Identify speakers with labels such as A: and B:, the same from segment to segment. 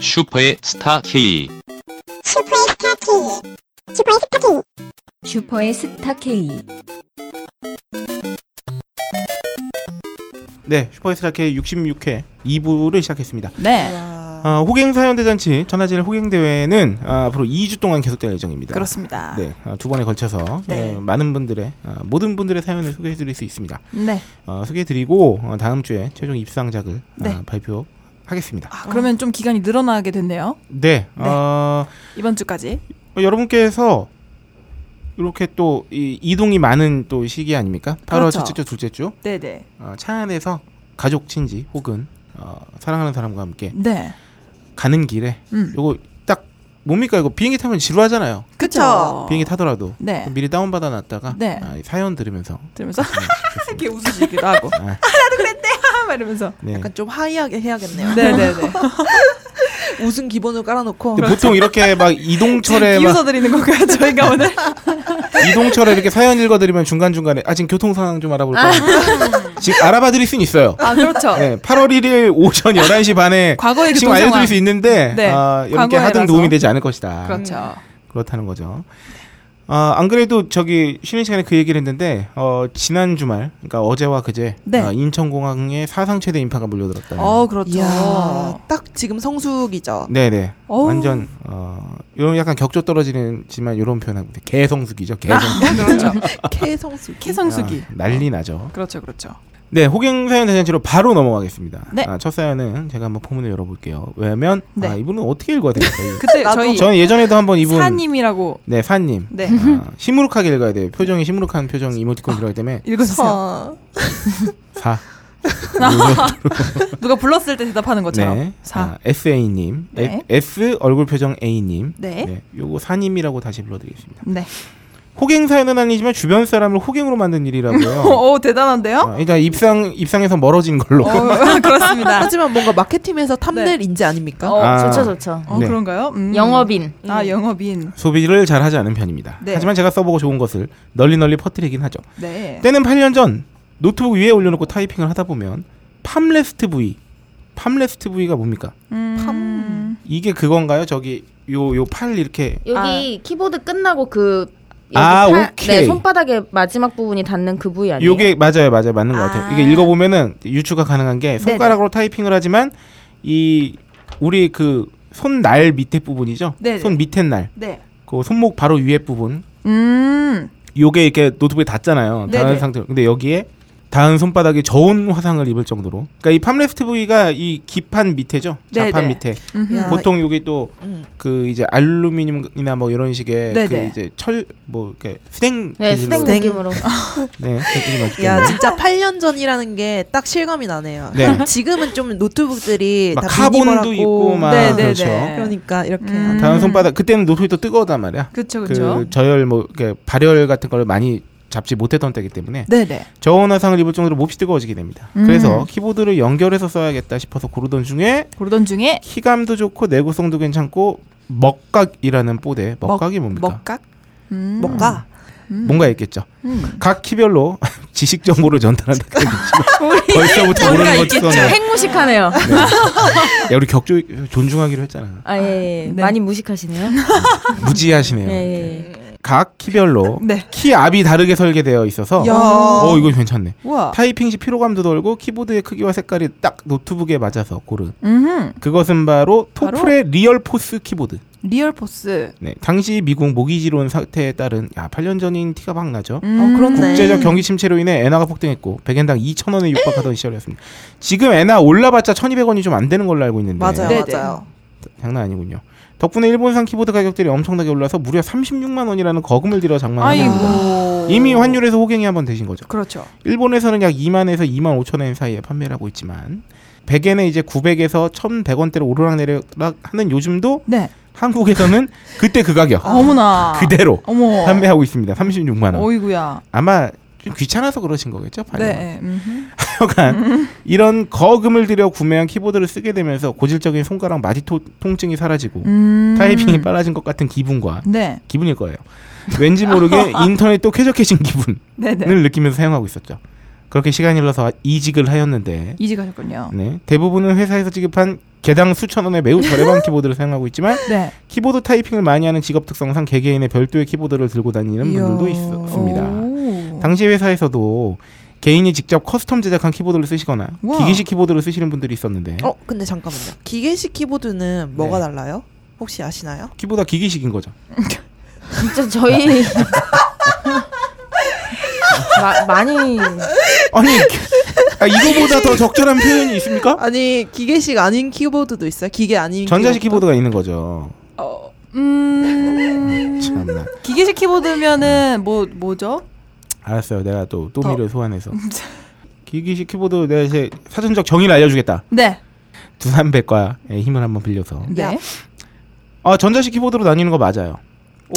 A: 슈퍼의 스타 K.
B: 슈퍼의 스타 K 슈퍼의 스타 K
C: 슈퍼의 스타 K.
D: 네, 슈퍼스타 K 66회 2부를 시작했습니다.
E: 네.
D: 아, 호갱 사연 대잔치 전화질 호갱 대회는 아, 앞으로 2주 동안 계속될 예정입니다.
E: 그렇습니다. 네.
D: 네, 아, 두 번에 걸쳐서
E: 네.
D: 어, 많은 분들의 아, 모든 분들의 사연을 소개해드릴 수 있습니다.
E: 네.
D: 어, 소개해드리고 어, 다음 주에 최종 입상작을
E: 네.
D: 아, 발표하겠습니다.
E: 아, 그러면 좀 기간이 늘어나게 됐네요.
D: 네,
E: 네.
D: 어,
E: 이번 주까지.
D: 어, 여러분께서 이렇게 또 이, 이동이 많은 또 시기 아닙니까? 8월
E: 그렇죠.
D: 첫째 주, 둘째 주,
E: 네, 네.
D: 어, 차 안에서 가족, 친지 혹은 어, 사랑하는 사람과 함께
E: 네.
D: 가는 길에
E: 음.
D: 요거 딱 뭡니까 이거 비행기 타면 지루하잖아요.
E: 그쵸.
D: 비행기 타더라도
E: 어. 네.
D: 미리 다운 받아 놨다가
E: 네.
D: 사연 들으면서 네,
E: 들으면서 이렇게 웃으시기도 하고. 아, 나도 그랬대. 막 이러면서.
D: 네.
F: 약간 좀 하이하게 해야겠네요.
E: 네, 네, 네.
F: 웃음 기본으로 깔아놓고
D: 근데 보통 이렇게 막 이동철에 막
E: 비웃어 드리는 건가요? 저희가 오늘
D: 이동철에 이렇게 사연 읽어드리면 중간 중간에 아 지금 교통 상황 좀 알아볼까 지금 알아봐드릴 수는 있어요.
E: 아, 그렇죠.
D: 네, 8월 1일 오전 11시 반에
E: 과거의
D: 지금
E: 교통
D: 알려드릴
E: 상황.
D: 수 있는데
E: 네,
D: 아, 여러분께
E: 과거에라서.
D: 하등 도움이 되지 않을 것이다.
E: 그렇죠.
D: 그렇다는 거죠. 아, 안 그래도 저기 쉬는 시간에 그 얘기를 했는데 어, 지난 주말 그러니까 어제와 그제
E: 네.
D: 아, 인천공항에 사상 최대 인파가 몰려들었다.
E: 어, 그렇죠.
F: 이야 딱 지금 성수기죠.
D: 네네.
E: 어우.
D: 완전 어 이런 약간 격조 떨어지는지만 이런 표현하고 있는데 개성수기죠. 개성수기.
E: 그렇죠.
F: 캐성수기.
E: 캐성수기.
D: 아, 난리 나죠.
E: 그렇죠, 그렇죠.
D: 네, 호갱 사연 대잔치로 바로 넘어가겠습니다.
E: 네.
D: 아, 첫 사연은 제가 한번 포문을 열어볼게요. 왜냐면
E: 네.
D: 아, 이분은 어떻게 읽어야 될까요?
E: 그때 저희
D: 저는 예전에도 한번 이분
E: 사님이라고
D: 네 사님
E: 네.
D: 아, 시무룩하게 읽어야 돼요. 표정이 시무룩한 표정 이모티콘 들어가기 때문에
E: 읽으세요. 아,
F: 어.
D: 사.
E: 누가 불렀을 때 대답하는 것처럼.
D: 네.
E: 그렇죠. 사.
D: 아, S A 님,
E: 네.
D: S 얼굴 표정 A 님.
E: 네.
D: 요거 사님이라고 다시 불러드리겠습니다.
E: 네.
D: 호갱 사연은 아니지만 주변 사람을 호갱으로 만든 일이라고요.
E: 오, 어, 대단한데요?
D: 아, 일단 입상 입상에서 멀어진 걸로.
E: 어, 그렇습니다.
F: 하지만 네. 뭔가 마케팅에서 탐낼 인재 아닙니까?
C: 어,
D: 아.
C: 좋죠, 좋죠.
E: 어,
D: 네.
E: 그런가요? 음.
C: 영업인.
E: 아, 영업인.
D: 소비를 잘 하지 않은 편입니다.
E: 네.
D: 하지만 제가 써보고 좋은 것을 널리 널리 퍼뜨리긴 하죠.
E: 네.
D: 때는 8년 전 노트북 위에 올려놓고 타이핑을 하다 보면 팜레스트 V, 팜레스트 V가 뭡니까?
E: 음.
D: 이게 그건가요? 저기 요 요 팔 이렇게
C: 아.
G: 여기 키보드 끝나고 그 여기
D: 아,
G: 팔-
D: 오케이.
G: 네, 손바닥에 마지막 부분이 닿는 그 부위 아니에요?
D: 요게 맞아요, 맞아요, 맞는 것 같아요.
E: 아.
D: 이게 읽어보면은 유추가 가능한 게 손가락으로 타이핑을 하지만 이 우리 그 손날 밑에 부분이죠.
E: 네네.
D: 손 밑에 날,
E: 네.
D: 그 손목 바로 위에 부분.
E: 음.
D: 요게 이렇게 노트북에 닿잖아요. 닿은
E: 네네.
D: 상태로. 근데 여기에 닿은 손바닥이 저온 화상을 입을 정도로. 그러니까 이 팜레스트 부위가 이 기판 밑에죠. 좌판
E: 네네. 아,
D: 밑에.
E: 음흠.
F: 야,
D: 보통 요게
F: 음.
D: 또 그 이제 알루미늄이나 뭐 이런 식의 그
E: 네네.
D: 이제 철 뭐 이렇게 스탱
G: 네,
D: 기질로.
G: 스탱 느낌으로.
D: 네, 스탱이 맞기
F: 야
D: 때문에.
F: 진짜 8년 전이라는 게 딱 실감이 나네요.
D: 네.
F: 지금은 좀 노트북들이
E: 예,
D: 막
F: 다
D: 카본도
F: 미니멀하고
D: 있고 막
E: 네, 네,
D: 그렇죠.
E: 네.
F: 그러니까 이렇게
E: 음.
D: 다른 손바닥 그때는 노트북이 또 뜨거웠단 말이야.
E: 그렇죠.
D: 그
E: 그렇죠.
D: 저열 뭐 이렇게 발열 같은 걸 많이 잡지 못했던 때이기 때문에
E: 네, 네.
D: 저온 화상을 입을 정도로 몹시 뜨거워지게 됩니다.
E: 음.
D: 그래서 키보드를 연결해서 써야겠다 싶어서 고르던 중에
E: 고르던 중에
D: 키감도 좋고 내구성도 괜찮고 먹각이라는 뽀대 먹각이 뭡니까?
E: 먹각? 음.
F: 뭔가
D: 뭔가 있겠죠.
E: 음.
D: 각 키별로 지식 정보를 전달한다. 벌써부터 모르는 것써네
G: 핵무식하네요.
D: 야, 우리 격조 존중하기로 했잖아.
G: 아, 예, 예.
E: 네.
G: 많이 무식하시네요.
D: 무지하시네요.
G: 예, 예.
D: 각 키별로
E: 네.
D: 키 압이 다르게 설계되어 있어서
F: 야.
D: 어 이거 괜찮네.
E: 우와.
D: 타이핑 시 피로감도 덜고 키보드의 크기와 색깔이 딱 노트북에 맞아서 고른
E: 음.
D: 그것은 바로
E: 바로?
D: 토플의 리얼 포스 키보드.
E: 리얼 포스.
D: 네, 당시 미국 모기지론 사태에 따른 야 8년 전인 티가 막 나죠.
E: 음.
F: 어, 그렇네.
D: 국제적 경기 침체로 인해 엔화가 폭등했고 백엔당 2,000원에 육박하던 시절이었습니다. 지금 엔화 올라봤자 1,200원이 좀 안 되는 걸로 알고 있는데
F: 맞아요
E: 네, 네.
F: 맞아요.
D: 장난 아니군요. 덕분에 일본산 키보드 가격들이 엄청나게 올라서 무려 36만 원이라는 거금을 들여 장만합니다.
E: 아이고.
D: 이미 환율에서 호갱이 한 번 되신 거죠.
E: 그렇죠.
D: 일본에서는 약 2만에서 2만 5천 엔 사이에 판매를 하고 있지만 백엔에 이제 900에서 1,100원대로 오르락내리락 하는 요즘도
E: 네.
D: 한국에서는 그때 그
E: 아.
D: 가격
E: 어머나.
D: 그대로
E: 어머.
D: 판매하고 있습니다. 36만 원.
E: 어이구야.
D: 아마 좀 귀찮아서 그러신 거겠죠, 팔
E: 네. 음.
D: 하여간 이런 거금을 들여 구매한 키보드를 쓰게 되면서 고질적인 손가락 마디 토- 통증이 사라지고
E: 음.
D: 타이핑이 빨라진 것 같은 기분과
E: 네.
D: 기분일 거예요. 왠지 모르게 인터넷 또 쾌적해진 기분을
E: 네, 네.
D: 느끼면서 사용하고 있었죠. 그렇게 시간이 흘러서 이직을 하였는데
F: 어.
E: 이직하셨군요.
D: 네, 대부분은 회사에서 지급한 개당 수천 원의 매우 저렴한 키보드를 사용하고 있지만
E: 네.
D: 키보드 타이핑을 많이 하는 직업 특성상 개개인의 별도의 키보드를 들고 다니는 분들도 있습니다.
E: 오.
D: 당시 회사에서도 개인이 직접 커스텀 제작한 키보드를 쓰시거나
E: 우와.
D: 기기식 키보드를 쓰시는 분들이 있었는데
F: 어, 근데 잠깐만요. 기계식
D: 네.
F: 키보드는 뭐가 달라요? 혹시 아시나요?
D: 키보드가 기기식인 거죠.
G: 진짜 저희 마, 많이
D: 아니 아, 이거보다 더 적절한 표현이 있습니까?
F: 아니, 기계식 아닌 키보드도 있어요? 기계 아닌
D: 전자식
F: 키보드도?
D: 키보드가 있는 거죠.
E: 어, 음.
D: 참나.
E: 기계식 키보드면은 뭐 뭐죠?
D: 알았어요. 내가 또 또미를 소환해서
E: 음,
D: 기기식 키보드 내가 이제 사전적 정의를 알려주겠다.
E: 네.
D: 두산백과의 힘을 한번 빌려서.
E: 네.
D: 아 전자식 키보드로 나뉘는 거 맞아요.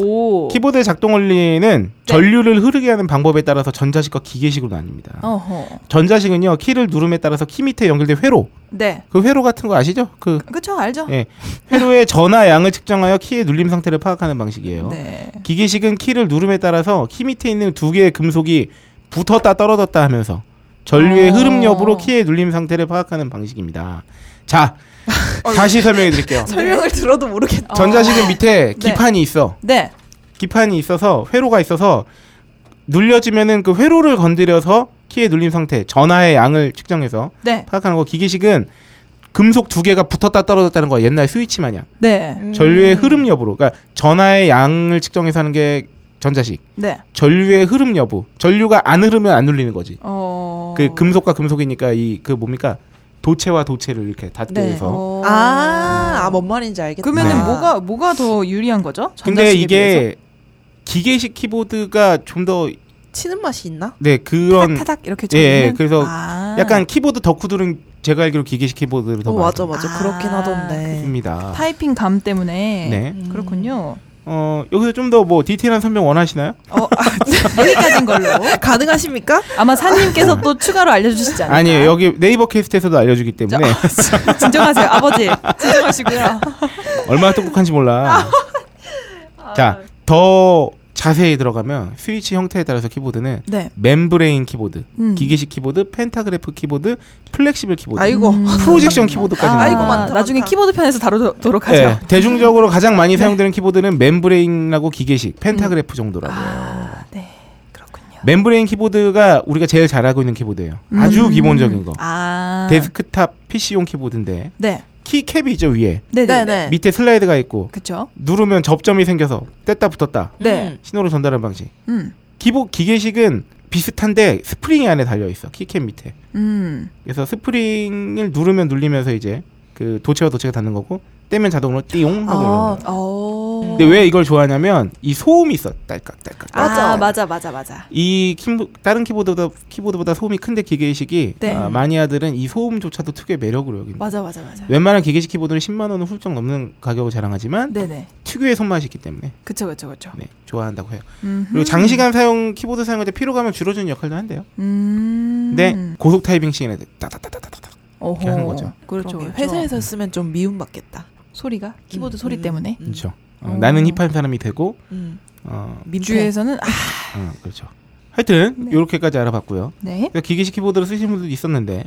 E: 오.
D: 키보드의 작동 원리는
E: 네.
D: 전류를 흐르게 하는 방법에 따라서 전자식과 기계식으로 나뉩니다.
E: 어허.
D: 전자식은요 키를 누름에 따라서 키 밑에 연결된 회로,
E: 네.
D: 그 회로 같은 거 아시죠? 그
E: 그쵸 알죠?
D: 예. 회로의 전하 양을 측정하여 키의 눌림 상태를 파악하는 방식이에요.
E: 네.
D: 기계식은 키를 누름에 따라서 키 밑에 있는 두 개의 금속이 붙었다 떨어졌다 하면서 전류의
E: 어.
D: 흐름 여부로 키의 눌림 상태를 파악하는 방식입니다. 자, 다시 설명해 드릴게요.
F: 설명을 들어도 모르겠다.
D: 전자식은 밑에
E: 네.
D: 기판이 있어.
E: 네.
D: 기판이 있어서 회로가 있어서 눌려지면은 그 회로를 건드려서 키의 눌림 상태, 전하의 양을 측정해서
E: 네.
D: 파악하는 거. 기계식은 금속 두 개가 붙었다 떨어졌다는 거야. 옛날 스위치 마냥.
E: 네.
D: 전류의 흐름 여부로. 그러니까 전하의 양을 측정해서 하는 게 전자식.
E: 네.
D: 전류의 흐름 여부. 전류가 안 흐르면 안 눌리는 거지.
E: 어.
D: 그 금속과 금속이니까 이 그 뭡니까? 도체와 도체를 이렇게 닿게
E: 네.
D: 해서.
E: 어.
F: 아, 아, 뭔 말인지 알겠다.
E: 그러면은
D: 네.
E: 뭐가 뭐가 더 유리한 거죠?
D: 근데
E: 전자식에 비해서?
D: 이게 기계식 키보드가 좀 더 네
F: 치는 맛이 있나?
D: 그런
E: 타닥 타닥 이렇게
D: 예, 예,
E: 쳐지는?
D: 그래서
E: 아.
D: 약간 키보드 덕후들은 제가 알기로 기계식 키보드를 더
F: 어,
D: 많이
F: 맞아, 맞아.
E: 아,
F: 그렇긴 하던데.
D: 씁니다.
E: 타이핑 감 때문에
D: 네.
F: 음.
E: 그렇군요.
D: 어, 여기서 좀 더 뭐 디테일한 설명 원하시나요?
E: 어, 아, 여기까지인 걸로.
F: 가능하십니까?
E: 아마 사님께서 또 추가로 알려주시지 않을까?
D: 아니에요. 여기 네이버 캐스트에서도 알려 주기 때문에 네.
E: 진정하세요, 아버지. 진정하시고요.
D: 얼마나 똑똑한지 몰라.
E: 아.
D: 자, 더 자세히 들어가면 스위치 형태에 따라서 키보드는
E: 네.
D: 멤브레인 키보드,
E: 음.
D: 기계식 키보드, 펜타그래프 키보드, 플렉시블 키보드,
F: 음. 아이고.
D: 프로젝션 키보드까지.
E: 아,
F: 아이고, 많다,
E: 나중에
F: 많다.
E: 키보드 편에서 다루도록
D: 네.
E: 하죠.
D: 예, 대중적으로 가장 많이
E: 네.
D: 사용되는 키보드는 멤브레인하고 기계식, 펜타그래프 정도라고요.
E: 음. 아, 네. 그렇군요.
D: 멤브레인 키보드가 우리가 제일 잘 알고 있는 키보드예요. 아주
E: 음.
D: 기본적인 거.
E: 아.
D: 데스크탑 PC용 키보드인데
E: 네.
D: 키캡이 있죠 위에.
E: 네네.
F: 네네.
D: 밑에 슬라이드가 있고
E: 그쵸?
D: 누르면 접점이 생겨서 뗐다 붙었다
F: 음.
E: 네.
D: 신호를 전달하는 방식.
E: 음.
D: 기보 기계식은 비슷한데 스프링이 안에 달려 있어 키캡 밑에.
E: 음.
D: 그래서 스프링을 누르면 눌리면서 이제 그 도체와 도체가 닿는 거고 떼면 자동으로 띠용
E: 아.
D: 하고 올라가요.
E: 어.
D: 근데 왜 이걸 좋아하냐면 이 소음이 있어 딸깍 딸깍. 딸깍.
E: 맞아. 아, 맞아, 맞아, 맞아.
D: 이 키보, 다른 키보드보다 키보드보다 소음이 큰데 기계식이
E: 네.
D: 아, 마니아들은 이 소음조차도 특유의 매력으로 여기는.
E: 맞아, 맞아, 맞아.
D: 웬만한 기계식 키보드는 10만 원을 훌쩍 넘는 가격을 자랑하지만
E: 네네.
D: 특유의 손맛이 있기 때문에
E: 그쵸, 그쵸, 그쵸.
D: 네, 좋아한다고 해요.
E: 음.
D: 그리고 장시간 사용 키보드 사용할 때 피로감을 줄여주는 역할도 한대요.
E: 음.
D: 근데 고속 타이핑 시간에 따다다다다다 네.
E: 어허.
D: 이렇게 하는 거죠.
E: 그렇죠.
F: 그러게.
E: 그렇죠.
F: 회사에서 쓰면 좀 미움받겠다.
E: 소리가 키보드
F: 음,
E: 소리
F: 음,
E: 때문에
F: 음,
D: 그렇죠. 어,
E: 음.
D: 나는 힙한 사람이 되고
F: 음.
D: 어,
F: 민폐.
E: 주에서는 아,
D: 어, 그렇죠. 하여튼 이렇게까지 알아봤고요.
E: 네.
D: 그러니까 기계식 키보드를 쓰시는 분들도 있었는데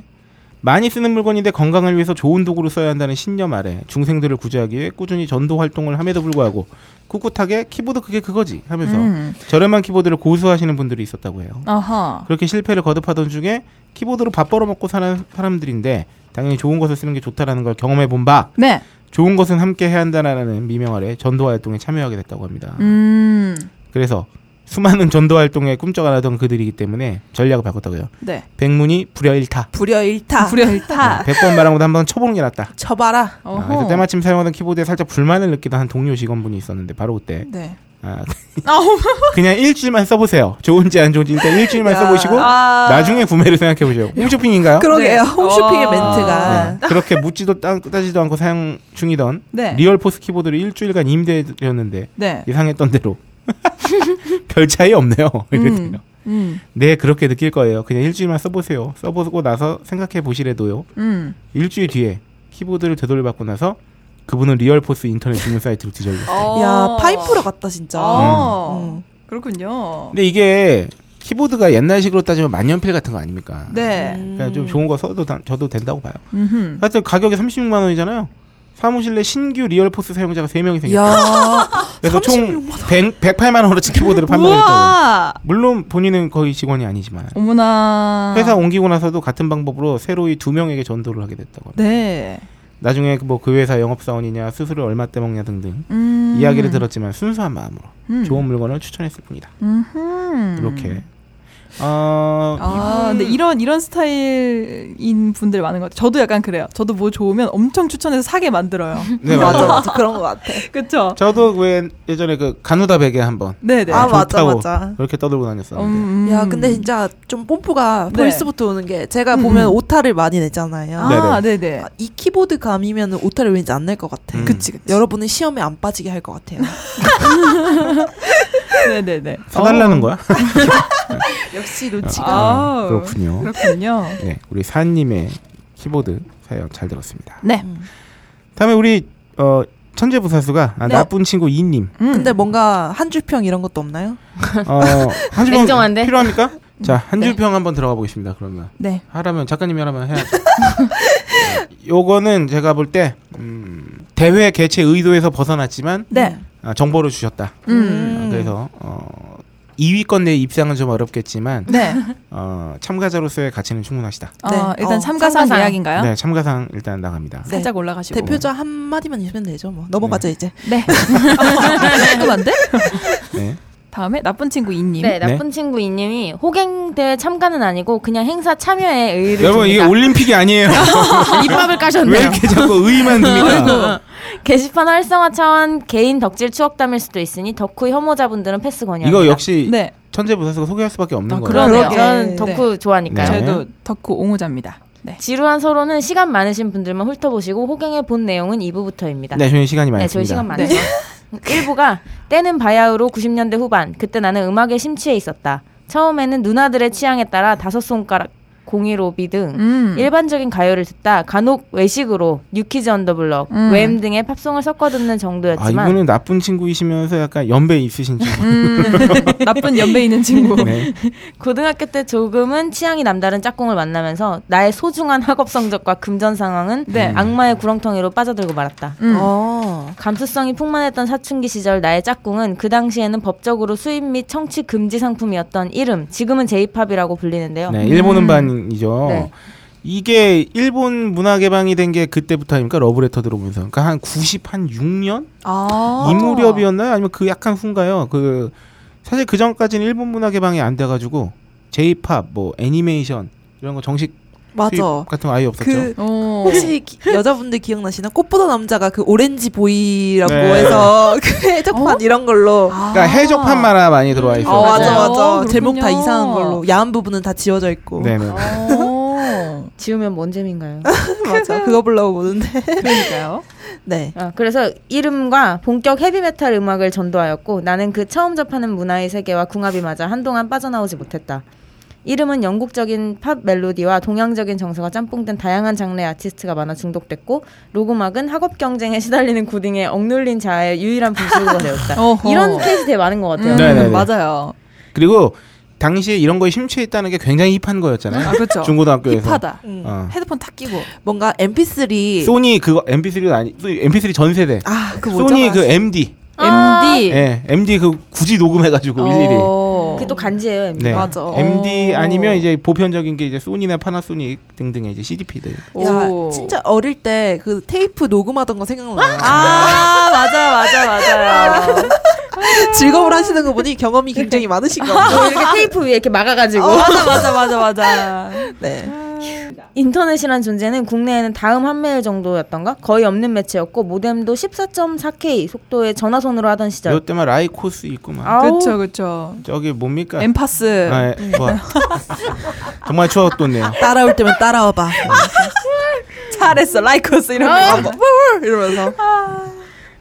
D: 많이 쓰는 물건인데 건강을 위해서 좋은 도구를 써야 한다는 신념 아래 중생들을 구제하기 위해 꾸준히 전도 활동을 함에도 불구하고 꿋꿋하게 키보드 그게 그거지 하면서
E: 음.
D: 저렴한 키보드를 고수하시는 분들이 있었다고 해요.
E: 아하.
D: 그렇게 실패를 거듭하던 중에 키보드로 밥 벌어먹고 사는 사람들인데 당연히 좋은 것을 쓰는 게 좋다라는 걸 경험해 본 바
E: 네.
D: 좋은 것은 함께 해야 한다라는 미명 아래 전도 활동에 참여하게 됐다고 합니다.
E: 음.
D: 그래서 수많은 전도 활동에 꿈쩍 안 하던 그들이기 때문에 전략을 바꿨다고요.
E: 네. 아,
D: 백문이 불여일타. 네,
F: 불여 일타.
E: 불열타.
D: 백 번 말한 것도 한번 쳐보는 게 낫다.
F: 쳐봐라.
D: 아, 그래서 때마침 사용하던 키보드에 살짝 불만을 느끼던 한 동료 직원분이 있었는데 바로 그때
E: 네.
D: 아,
E: 아우. 어.
D: 그냥 일주일만 써보세요. 좋은지 안 좋은지 일단 일주일만 써보시고
E: 아.
D: 나중에 구매를 생각해 보세요. 홈쇼핑인가요?
F: 그러게요. 아.
E: 네.
F: 홈쇼핑의
E: 어.
F: 멘트가.
D: 네. 그렇게 묻지도 따, 따지도 않고 사용 중이던
E: 네.
D: 리얼 포스 키보드를 일주일간 임대드렸는데
E: 네.
D: 예상했던 대로 별 차이 없네요. 이랬더니
E: 음.
D: 네 그렇게 느낄 거예요. 그냥 일주일만 써보세요. 써보고 나서 생각해 보시래도요.
E: 음.
D: 일주일 뒤에 키보드를 되돌려받고 나서 그분은 리얼 포스 인터넷 주문 사이트로
F: 어.
D: 뒤져요.
F: 야 파이프로 같다 진짜.
E: 어.
F: 음.
E: 그렇군요.
D: 근데 이게 키보드가 옛날식으로 따지면 만년필 같은 거 아닙니까?
E: 네.
D: 그러니까 좀 좋은 거 써도 다- 저도 된다고 봐요.
E: 음흠.
D: 하여튼 가격이 36만 원이잖아요. 사무실 내 신규 리얼포스 사용자가 3명이 생겼어요.
F: 야,
D: 그래서 총 100, 108만 원어치 키보드를 판매했다고.
E: 우와.
D: 물론 본인은 거의 직원이 아니지만
E: 어머나.
D: 회사 옮기고 나서도 같은 방법으로 새로이 두 명에게 전도를 하게 됐다고. 합니다.
E: 네.
D: 나중에 뭐 그 회사 영업 사원이냐 수수료 얼마 떼 먹냐 등등
E: 음.
D: 이야기를 들었지만 순수한 마음으로
E: 음.
D: 좋은 물건을 추천했을 뿐이다.
E: 음흠.
D: 이렇게. 어,
E: 아, 근데 이런 이런 스타일인 분들 많은 것 같아요. 저도 약간 그래요. 저도 뭐 좋으면 엄청 추천해서 사게 만들어요.
D: 네
F: 맞아,
D: 맞아.
F: 맞아. 그런 것 같아.
E: 그쵸?
D: 저도 왜 예전에 그 가누다 베개 한번
E: 네네. 음,
F: 아, 맞아,
D: 좋다고
F: 맞아.
D: 그렇게 떠들고 다녔었는데.
F: 야, 근데 진짜 좀 뽐뿌가
E: 네.
F: 벌써부터 오는 게 제가 보면
E: 음, 음.
F: 오타를 많이 내잖아요.
E: 아, 네네.
F: 아, 이 키보드 감이면 오타를 왠지 안 낼 것 같아.
D: 음.
E: 그치, 그치.
F: 여러분은 시험에 안 빠지게 할 것 같아요.
E: 네네네.
D: 사달라는 거야?
F: 역시 놓치기.
E: 아,
D: 그렇군요.
E: 그렇군요.
D: 네, 우리 사님의 키보드 사연 잘 들었습니다.
E: 네.
D: 다음에 우리 어, 천재 부사수가 아,
E: 네.
D: 나쁜 친구 이님
E: 음.
F: 근데 뭔가 한 줄평 이런 것도 없나요?
D: 어, 한 줄평
G: 냉정한데?
D: 필요합니까? 자, 한 줄평 한번 들어가 보겠습니다. 그러면
E: 네.
D: 하라면 작가님이 하라면 해야죠. 네, 요거는 제가 볼 때 음, 대회 개최 의도에서 벗어났지만
E: 네.
D: 아, 정보를 주셨다.
E: 음.
D: 아, 그래서 어, 2위권 내 입상은 좀 어렵겠지만
E: 네.
D: 어, 참가자로서의 가치는 충분하시다.
E: 아,
F: 네.
E: 일단
F: 어,
E: 참가상
G: 참가상.
E: 예약인가요?
D: 네, 참가상 일단 나갑니다.
F: 네.
E: 살짝 올라가시고.
F: 대표자 한 마디만 있으면 되죠. 뭐 넘어가죠 이제.
E: 네. 그럼 안 돼?
D: 네.
E: 다음에 나쁜 친구 이님.
G: 네, 나쁜 친구 이님이 호갱 대회 참가는 아니고 그냥 행사 참여에 의의를
D: 여러분 이게
G: 줍니다.
D: 올림픽이 아니에요.
G: 입밥을
D: 왜
G: 까셨네요.
D: 이렇게 자꾸 의의만 듭니까?
G: 게시판 활성화 차원 개인 덕질 추억담일 수도 있으니 덕후 혐오자분들은 패스 권유.
D: 이거 역시
E: 네.
D: 천재 부사수가 소개할 수밖에 없는
E: 아,
D: 거예요.
E: 그러네요.
G: 저는 덕후
D: 네.
G: 좋아하니까요.
E: 저도 덕후 옹호자입니다. 네.
G: 지루한 서로는 시간 많으신 분들만 훑어보시고 호갱의 본 내용은 2부부터입니다.
D: 네, 저희 시간이
G: 네,
D: 많습니다.
G: 저희 시간 많아서.
E: 네.
G: 1부가 때는 바야흐로 90년대 후반. 그때 나는 음악에 심취해 있었다. 처음에는 누나들의 취향에 따라 다섯 손가락 공이로비 등
E: 음.
G: 일반적인 가요를 듣다 간혹 외식으로 뉴키즈 언더블럭,
E: 음.
G: 웸 등의 팝송을 섞어 듣는
D: 아
G: 정도였지만
D: 이분은 나쁜 친구이시면서 약간 연배 있으신 친구.
E: 음. 나쁜 연배 있는 친구.
D: 네.
G: 고등학교 때 조금은 취향이 남다른 짝꿍을 만나면서 나의 소중한 학업 성적과 금전 상황은
E: 네.
G: 악마의 구렁텅이로 빠져들고 말았다.
E: 음.
F: 어.
G: 감수성이 풍만했던 사춘기 시절 나의 짝꿍은 그 당시에는 법적으로 수입 및 청취 금지 상품이었던 이름, 지금은 제이팝이라고 불리는데요.
D: 네,
F: 음.
D: 일본은 반이죠.
G: 네.
D: 이게 일본 문화 개방이 된 게 그때부터입니까? 러브레터 들어보면서. 그러니까 한 90, 한 6년?
F: 아.
D: 이 무렵이었나요? 아니면 그 약한 후인가요? 그 사실 그 전까지는 일본 문화 개방이 안 돼가지고 J-팝, 뭐 애니메이션 이런 거 정식
F: 맞아.
D: 수입 같은 거 아예 없었죠.
F: 그
E: 어.
F: 혹시 기- 여자분들 기억나시나? 꽃보다 남자가 그 오렌지 보이라고
D: 네.
F: 해서 그 해적판 이런 걸로.
D: 그러니까 해적판 만화 많이 들어와 있어요.
F: 아. 어, 맞아
E: 맞아요.
F: 맞아.
E: 아, 그렇군요.
F: 제목 다 이상한 걸로. 야한 부분은 다 지워져 있고.
D: 네네.
E: 어.
G: 지우면 뭔 재미인가요?
F: 맞아. 그거 보려고 보는데.
E: 그러니까요.
F: 네.
G: 아, 그래서 이름과 본격 헤비메탈 음악을 전도하였고 나는 그 처음 접하는 문화의 세계와 궁합이 맞아 한동안 빠져나오지 못했다. 이름은 영국적인 팝 멜로디와 동양적인 정서가 짬뽕된 다양한 장르의 아티스트가 많아 중독됐고 로그막은 학업 경쟁에 시달리는 고딩의 억눌린 자아의 유일한 분수가 되었다.
E: 어허.
G: 이런 케이스 되게 많은 것 같아요.
E: 음,
D: 네네네.
E: 맞아요.
D: 그리고 당시에 이런 거에 심취해 있다는 게 굉장히 힙한 거였잖아요.
E: 아, 그렇죠.
D: 네? 중고등학교에서.
E: 힙하다.
F: 음.
D: 어.
E: 헤드폰 탁 끼고.
F: 뭔가 MP3.
D: 소니 그거 MP3가 아니 MP3 전 세대.
F: 음. 아, 그 뭐죠?
D: 소니 그 MD.
E: MD.
D: 예. MD 그 굳이 녹음해 가지고 뭐 일일이.
E: 어.
G: 그게 또 간지예요. MD.
D: 네.
E: 맞아.
D: MD
E: 어.
D: 아니면 이제 보편적인 게 이제 소니나 파나소닉 등등의 이제 CDP들.
F: 야,
E: 오.
F: 진짜 어릴 때 그 테이프 녹음하던 거 생각나요.
G: 아 맞아 맞아 맞아요.
F: 즐거움을 하시는 거 보니 경험이 굉장히 많으신 것 같아요.
G: 뭐 이렇게 테이프 위에 이렇게 막아가지고.
E: 네. 어, 맞아 맞아 맞아 맞아.
F: 네.
G: 인터넷이란 존재는 국내에는 다음 한 메일 정도였던가 거의 없는 매체였고 모뎀도 14.4K 속도의 전화선으로 하던 시절.
D: 이때만 라이코스 있구만.
G: 아우.
E: 그렇죠 그렇죠.
D: 저기 뭡니까?
E: 엠파스.
D: 아, 예, 좋아. 정말 추억돋네요.
F: 따라올 때면 따라와봐.
E: 잘했어 라이커스 이런
G: 아.
F: 뭐,
E: 거.
F: 이러면서.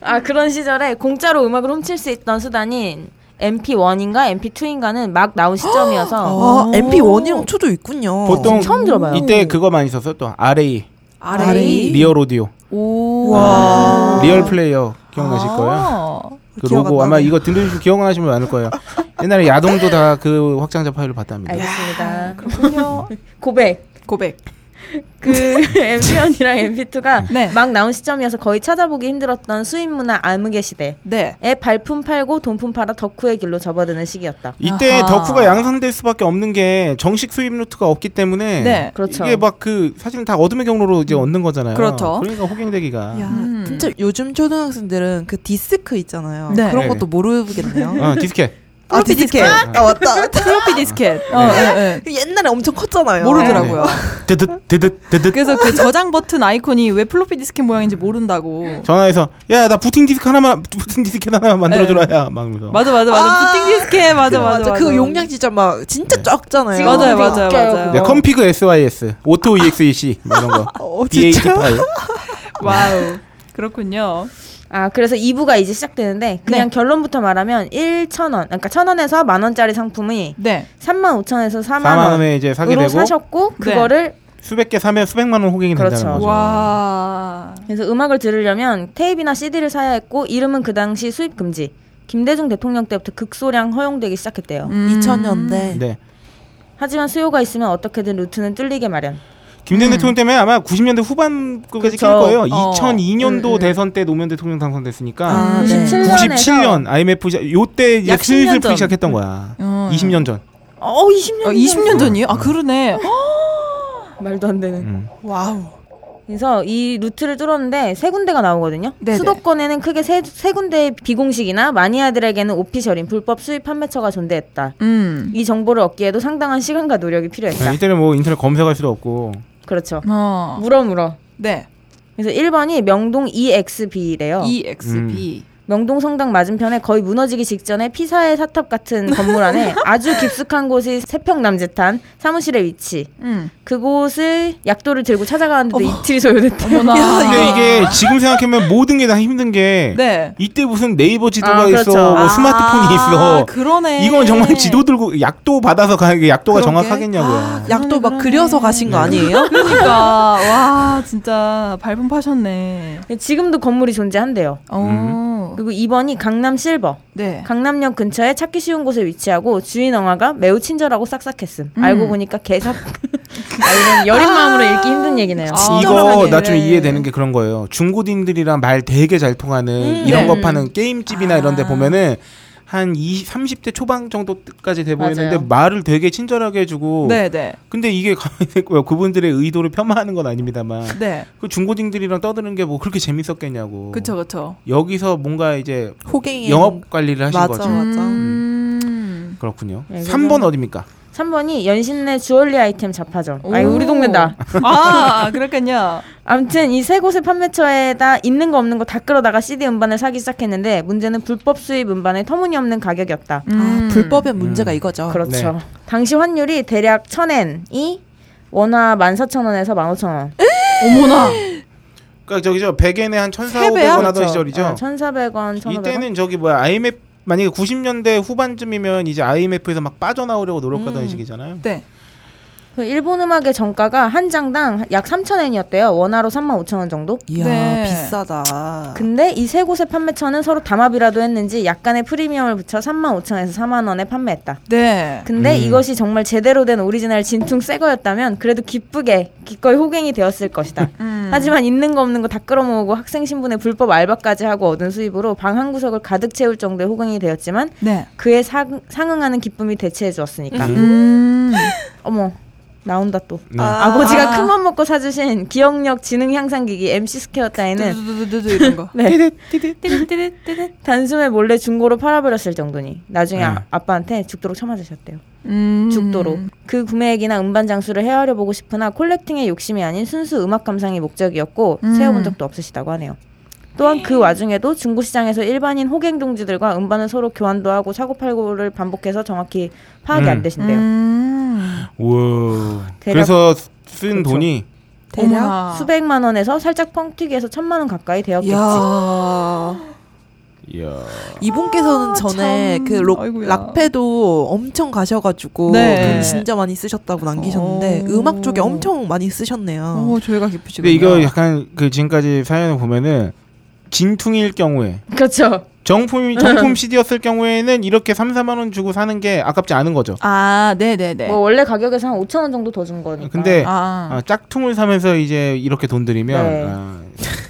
G: 아 그런 시절에 공짜로 음악을 훔칠 수 있던 수단인 MP1인가 MP2인가는 막 나온 시점이어서
F: 아, MP1이랑 2도 있군요.
D: 보통
G: 처음 들어봐요.
D: 이때 그거 많이 썼어 또 RA
F: RA?
D: 리얼 오디오
E: 오.
F: 와.
D: 리얼 플레이어 기억나실 거예요.
E: 아.
D: 그
F: 기억 안
D: 로고 아마
F: 나네요.
D: 이거 들으시면 기억나시면 많을 거예요. 옛날에 야동도 다 그 확장자 파일로 봤답니다.
G: 알겠습니다.
E: 그렇군요.
G: 고백.
E: 고백.
G: 그 MP1이랑 MP2가
E: 네.
G: 막 나온 시점이어서 거의 찾아보기 힘들었던 수입 문화 암흑의 시대에
E: 네.
G: 발품 팔고 돈품 팔아 덕후의 길로 접어드는 시기였다.
D: 이때
E: 아하.
D: 덕후가 양산될 수밖에 없는 게 정식 수입 루트가 없기 때문에
E: 네.
G: 그렇죠.
D: 이게 막 그 사실은 다 어둠의 경로로 이제 얻는 거잖아요.
E: 그렇죠.
D: 그러니까 호갱되기가
F: 야,
E: 음.
F: 진짜 요즘 초등학생들은 그 디스크 있잖아요.
E: 네.
F: 그런
D: 네.
F: 것도 모르겠네요.
D: 어, 디스켓.
F: 아,
E: 플로피 디스크.
F: 디스크. 아, 맞다. 맞다.
E: 플로피 디스켓. 어, 네. 네.
F: 옛날에 엄청 컸잖아요. 네.
E: 모르더라고요.
D: 드득 드득 드득.
E: 그래서 그 저장 버튼 아이콘이 왜 플로피 디스켓 모양인지 모른다고.
D: 전화해서 야 나 부팅 디스크 하나만 부팅 디스켓 하나만 만들어줘라야 막 이러면서.
E: 맞아 맞아 맞아.
F: 아.
E: 부팅 디스켓 맞아 맞아.
F: 맞아,
E: 맞아.
F: 그 용량 진짜 막 진짜
D: 네.
F: 적잖아요.
G: 지금은
E: 맞아요,
G: 되게
E: 맞아요,
G: 웃겨요,
E: 맞아요.
D: 네,
G: 그거.
D: 컴피그 SYS, 오토 EXEC 뭐 이런 거.
F: 어,
D: BAT
F: 진짜?
D: 파일.
E: 와우. 그렇군요.
G: 아 그래서 2부가 이제 시작되는데 그냥
E: 네.
G: 결론부터 말하면 1,000원 그러니까 1,000원에서 만 원짜리 상품이
E: 네.
G: 35,000원에서 4만,
D: 4만 원에 이제 사게
G: 원으로
D: 되고 네.
G: 사셨고 그거를
D: 수백 개 사면 수백만 원 호갱이 된다는
G: 그렇죠.
D: 거죠. 아.
E: 와.
G: 그래서 음악을 들으려면 테이프나 CD를 사야 했고 이름은 그 당시 수입 금지. 김대중 대통령 때부터 극소량 허용되기 시작했대요.
E: 음.
F: 2000년대.
D: 네.
G: 하지만 수요가 있으면 어떻게든 루트는 뚫리게 마련.
D: 음. 김대중 대통령 때문에 아마 90년대 후반까지 낄
G: 그렇죠.
D: 거예요.
E: 어.
D: 2002년도
G: 음, 음.
D: 대선 때 노무현 대통령 당선됐으니까
F: 아, 네.
G: 97년에서
D: 97년 IMF 시작- 요때 이제
E: 약 10년
D: 슬슬
E: 전.
D: 풀기 시작했던 거야.
E: 음.
D: 20년 전.
G: 어 20년
E: 어, 20년 전이요? 아 그러네.
G: 말도 안 되는.
D: 음.
F: 와우.
G: 그래서 이 루트를 뚫었는데 세 군데가 나오거든요.
E: 네네.
G: 수도권에는 크게 세, 세 군데의 비공식이나 마니아들에게는 오피셜인 불법 수입 판매처가 존재했다.
E: 음.
G: 이 정보를 얻기에도 상당한 시간과 노력이 필요했다.
D: 네, 이때는 뭐 인터넷 검색할 수도 없고.
G: 그렇죠.
E: 어.
G: 물어 물어.
E: 네.
G: 그래서 1번이 명동
D: 어.
G: EXB래요.
E: E EXB.
G: 명동 성당 맞은편에 거의 무너지기 직전에 피사의 사탑 같은 건물 안에 아주 깊숙한 곳이 세평 남짓한 사무실의 위치.
E: 음.
G: 그곳을 약도를 들고 찾아가는데도 이틀이 소요됐다.
E: 음. 어머나.
D: 근데 이게 지금 생각해보면 모든 게 다 힘든 게
E: 아. 네.
D: 이때 무슨 네이버 지도가
G: 아, 그렇죠.
D: 있어, 뭐
G: 아,
D: 스마트폰이
E: 아,
D: 있어.
E: 그러네.
D: 이건 정말 지도 들고 약도 받아서 가는 게 약도가
F: 그러게. 아,
D: 정확하겠냐고요. 네.
F: 약도 막 그려서 가신 거 아니에요?
E: 그러니까 와 진짜 발품 파셨네.
G: 지금도 건물이 존재한대요.
E: 어.
G: 그리고 2번이 강남 실버.
E: 네.
G: 강남역 근처에 찾기 쉬운 곳에 위치하고 주인 엉아가 매우 친절하고 싹싹했음.
E: 음.
G: 알고 보니까 개사. 아, 이런 여린 마음으로 읽기 힘든 얘기네요.
E: 아,
D: 이거
E: 정확하네.
D: 나 좀 이해되는 게 그런 거예요. 중고딩들이랑 말 되게 잘 통하는
G: 음.
D: 이런
G: 네.
D: 거 파는 게임집이나
E: 아.
D: 이런 데 보면은 한 20, 30대 초반 정도까지 돼 보이는데
G: 맞아요.
D: 말을 되게 친절하게 해주고
E: 네, 네,
D: 근데 이게 가만히 있고요. 그분들의 의도를 폄하하는 건 아닙니다만
E: 네.
D: 그 중고딩들이랑 떠드는 게 뭐 그렇게 재밌었겠냐고.
E: 그쵸, 그쵸.
D: 여기서 뭔가 이제
F: 호갱이
D: 영업 관리를 하신
F: 맞아.
D: 거죠.
F: 맞아.
E: 음.
D: 그렇군요.
G: 네, 그래서-
D: 삼 3번 어딥니까?
G: 3번이 연신내 주얼리 아이템 잡화점. 아,
E: 오.
G: 우리 동네다.
E: 아, 그렇군요.
G: 아무튼 이 세 곳의 판매처에다 있는 거 없는 거 다 끌어다가 CD 음반을 사기 시작했는데 문제는 불법 수입 음반의 터무니없는 가격이었다.
E: 음.
F: 아, 네. 불법의 문제가 이거죠.
G: 그렇죠. 당시 환율이 대략 1000엔이 원화 14,000원에서 15,000원.
E: 어머나.
D: 그러니까 저기죠. 100엔에 한
G: 아,
D: 1,400원
E: 세배야?
D: 하던 시절이죠.
G: 네, 1,400원, 1,500원.
D: 이때는 저기 뭐야 IMF 만약에 90년대 후반쯤이면 이제 IMF에서 막 빠져나오려고 노력하던
F: 음.
D: 시기잖아요.
E: 네.
G: 그 일본 음악의 정가가 한 장당 약 3,000엔이었대요. 원화로 35,000원 정도.
F: 이야
E: 네.
F: 비싸다.
G: 근데 이 세 곳의 판매처는 서로 담합이라도 했는지 약간의 프리미엄을 붙여 35,000원에서 4만 원에 판매했다.
E: 네.
G: 근데
D: 음.
G: 이것이 정말 제대로 된 오리지널 진퉁 새거였다면 그래도 기쁘게 기꺼이 호갱이 되었을 것이다.
D: 그
E: 음.
G: 하지만 있는 거 없는 거 다 끌어모으고 학생 신분에 불법 알바까지 하고 얻은 수입으로 방 한 구석을 가득 채울 정도의 호갱이 되었지만
E: 네.
G: 그에 사, 상응하는 기쁨이 대체해 주었으니까.
D: 음.
E: 음.
G: 어머 나온다 또.
D: 네.
F: 아.
G: 아. 버지가 큰 맘 먹고 사주신 기억력 지능 향상기기 MC 스퀘어 따위는
E: 두두두두두 이런 거.
G: 네.
E: 띠릿띠릿띠릿.
G: 단숨에 몰래 중고로 팔아버렸을 정도니 나중에
D: 네.
G: 아, 아빠한테 죽도록 처맞으셨대요.
E: 음.
G: 죽도록 그 구매액이나 음반 장수를 헤아려 보고 싶으나 콜렉팅의 욕심이 아닌 순수 음악 감상이 목적이었고
E: 음.
G: 세어본 적도 없으시다고 하네요. 또한 그 와중에도 중고 시장에서 일반인 호갱 동지들과 음반을 서로 교환도 하고 사고 팔고를 반복해서 정확히 파악이
D: 음.
G: 안 되신대요.
E: 음.
D: 우와.
G: 대략-
D: 그래서 쓴
G: 그렇죠.
D: 돈이
F: 대략
G: 아.
E: 어머나.
G: 수백만 원에서 살짝 펑튀기해서 천만 원 가까이 되었겠지.
F: 이야
D: 이야.
F: 이분께서는 전에
E: 참.
F: 그 록,
E: 아이고야.
F: 락패도 엄청 가셔가지고
E: 네.
F: 돈 진짜 많이 쓰셨다고 남기셨는데
E: 오.
F: 음악 쪽에 엄청 많이 쓰셨네요.
E: 오, 조회가 깊으시군요.
D: 근데 이거 약간 그 지금까지 사연을 보면은 진퉁일 경우에
G: 그렇죠.
D: 정품이 정품 CD였을 경우에는 이렇게 3, 4만 원 주고 사는 게 아깝지 않은 거죠.
E: 아, 네, 네, 네.
G: 뭐 원래 가격에서 한 5천 원 정도 더 준 거니까.
D: 근데
E: 아,
D: 아, 짝퉁을 사면서 이제 이렇게 돈 들이면
G: 네.
D: 아,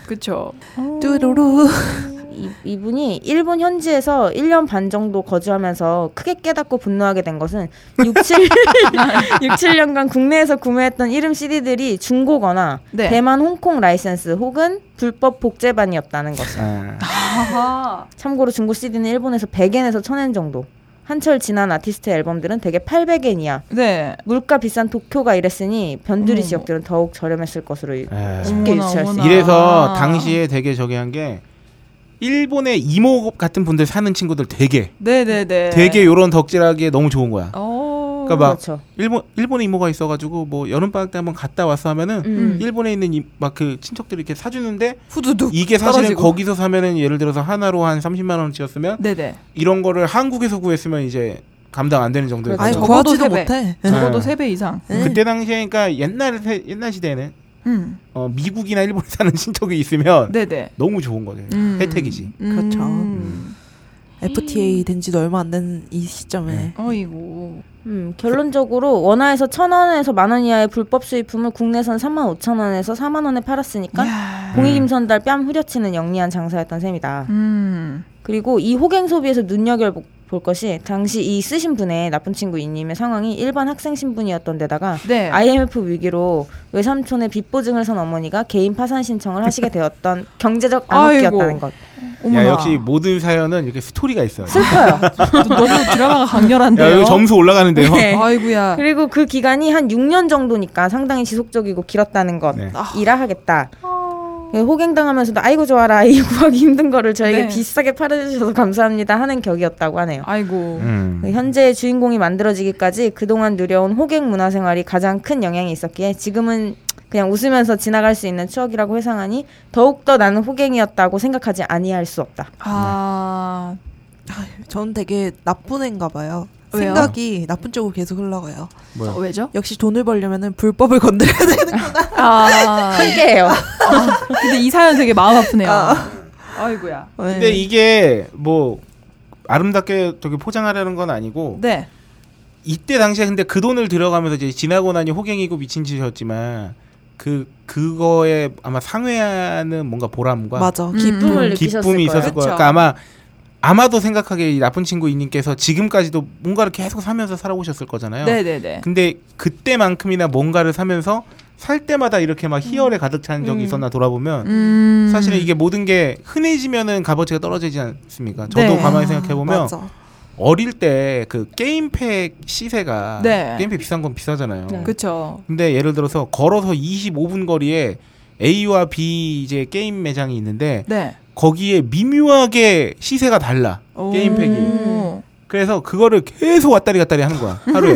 E: 그렇죠.
F: 뚜루루.
G: 어. 이, 이분이 일본 현지에서 1년 반 정도 거주하면서 크게 깨닫고 분노하게 된 것은 6, 7, 6, 7년간 국내에서 구매했던 이름 CD들이 중고거나
E: 네.
G: 대만 홍콩 라이센스 혹은 불법 복제반이었다는 것이요.
D: 아,
E: 아하.
G: 참고로 중고 CD는 일본에서 100엔에서 1000엔 정도. 한철 지난 아티스트 앨범들은 대개 800엔이야.
E: 네.
G: 물가 비싼 도쿄가 이랬으니 변두리
E: 어머.
G: 지역들은 더욱 저렴했을 것으로 유-
D: 에.
G: 쉽게
E: 어머나,
G: 유치할 수
E: 어머나.
G: 있
D: 아. 이래서
E: 아.
D: 당시에 되게 저기 한 게 일본의 이모 같은 분들 사는 친구들 되게
E: 네, 네, 네.
D: 되게 요런 덕질하기에 너무 좋은 거야.
E: 어.
D: 그러니까 막
G: 그렇죠.
D: 일본 일본에 이모가 있어가지고 뭐 여름 방학 때 한번 갔다 왔어 하면은
G: 음.
D: 일본에 있는 막 그 친척들이 이렇게 사주는데
E: 후두둑.
D: 이게 사실은
E: 떨어지고.
D: 거기서 사면은 예를 들어서 하나로 한 30만 원치였으면
E: 네, 네.
D: 이런 거를 한국에서 구했으면 이제 감당 안 되는 정도였죠.
F: 아니
E: 적어도
F: 구하지도
E: 세 배.
F: 못해.
E: 적어도
D: 네.
E: 세 배 이상.
D: 그때 당시에 그러니까 옛날 세- 옛날 시대에는
E: 음.
D: 어, 미국이나 일본에 사는 친척이 있으면
E: 네, 네.
D: 너무 좋은 거죠.
E: 음.
D: 혜택이지.
F: 그렇죠.
E: 음.
F: FTA 된 지도 얼마 안 된 이
D: 네.
F: 시점에
E: 어이고.
G: 음, 결론적으로 원화에서 천 원에서 만 원 이하의 불법 수입품을 국내선 3만 5천 원에서 4만 원에 팔았으니까
E: 야.
D: 음.
G: 공익임선달 뺨 후려치는 영리한 장사였던 셈이다.
E: 음.
G: 그리고 이 호갱 소비에서 눈여겨 볼 것이 당시 이 쓰신 분의 나쁜 친구 이님의 상황이 일반 학생 신분이었던 데다가
E: 네.
G: IMF 위기로 외삼촌의 빚 보증을 선 어머니가 개인 파산 신청을 하시게 되었던 경제적 암흑기였다는
E: 아이고.
G: 것.
E: 어머나.
D: 야, 역시 모든 사연은 이렇게 스토리가 있어요.
G: 슬퍼요.
E: 너무 드라마가
D: 야,
E: 강렬한데요.
D: 여기 점수 올라가는데요.
G: 네.
E: 아이고야.
G: 그리고 그 기간이 한 6년 정도니까 상당히 지속적이고 길었다는
D: 네.
E: 아.
G: 것이라 하겠다. 그 호갱당하면서도 아이고 좋아라 아이 구하기 힘든 거를 저에게
E: 네.
G: 비싸게 팔아주셔서 감사합니다 하는 격이었다고 하네요. 그
E: 아이고.
D: 음.
G: 현재의 주인공이 만들어지기까지 그동안 누려온 호갱 문화 생활이 가장 큰 영향이 있었기에 지금은 그냥 웃으면서 지나갈 수 있는 추억이라고 회상하니 더욱더 나는 호갱이었다고 생각하지 아니할 수 없다.
E: 아.
F: 저는 되게 나쁜 애인가 봐요.
E: 왜요?
F: 생각이 나쁜 쪽으로 계속 흘러가요.
D: 뭐야.
E: 어, 왜죠?
F: 역시 돈을 벌려면은 불법을 건드려야 되는
E: 아.
G: 함께해요.
E: 근데 이 사연 되게 마음 아프네요. 아이고야.
F: 거예요.
D: 근데 이게 뭐 아름답게 저기 포장하려는 건 아니고
E: 네.
D: 이때 당시에 근데 그 돈을 들어가면서 이제 지나고 나니 호갱이고 미친 짓이었지만 그 그거에 아마 상회하는 뭔가 보람과
F: 맞아. 기-
G: 기쁨을
E: 음.
G: 느끼셨을
D: 기쁨이
G: 거예요.
D: 있었을 거예요.
E: 그쵸.
D: 그러니까 아마 아마도 생각하기에 이 나쁜 친구 이님께서 지금까지도 뭔가를 계속 사면서 살아오셨을 거잖아요.
E: 네네네.
D: 근데 그때만큼이나 뭔가를 사면서 살 때마다 이렇게 막 희열에 가득 차는 적이
G: 음.
D: 있었나 돌아보면
E: 음.
D: 사실은 이게 모든 게 흔해지면은 값어치가 떨어지지 않습니까? 저도
E: 네.
D: 가만히 생각해 보면
F: 맞아.
D: 어릴 때 그 게임팩 시세가
E: 네.
D: 게임팩 비싼 건 비싸잖아요.
G: 네.
E: 그쵸.
D: 근데 예를 들어서 걸어서 25분 거리에 A와 B 이제 게임 매장이 있는데
E: 네.
D: 거기에 미묘하게 시세가 달라
E: 오.
D: 게임팩이.
E: 음.
D: 그래서 그거를 계속 왔다리 갔다리 하는 거야 하루에.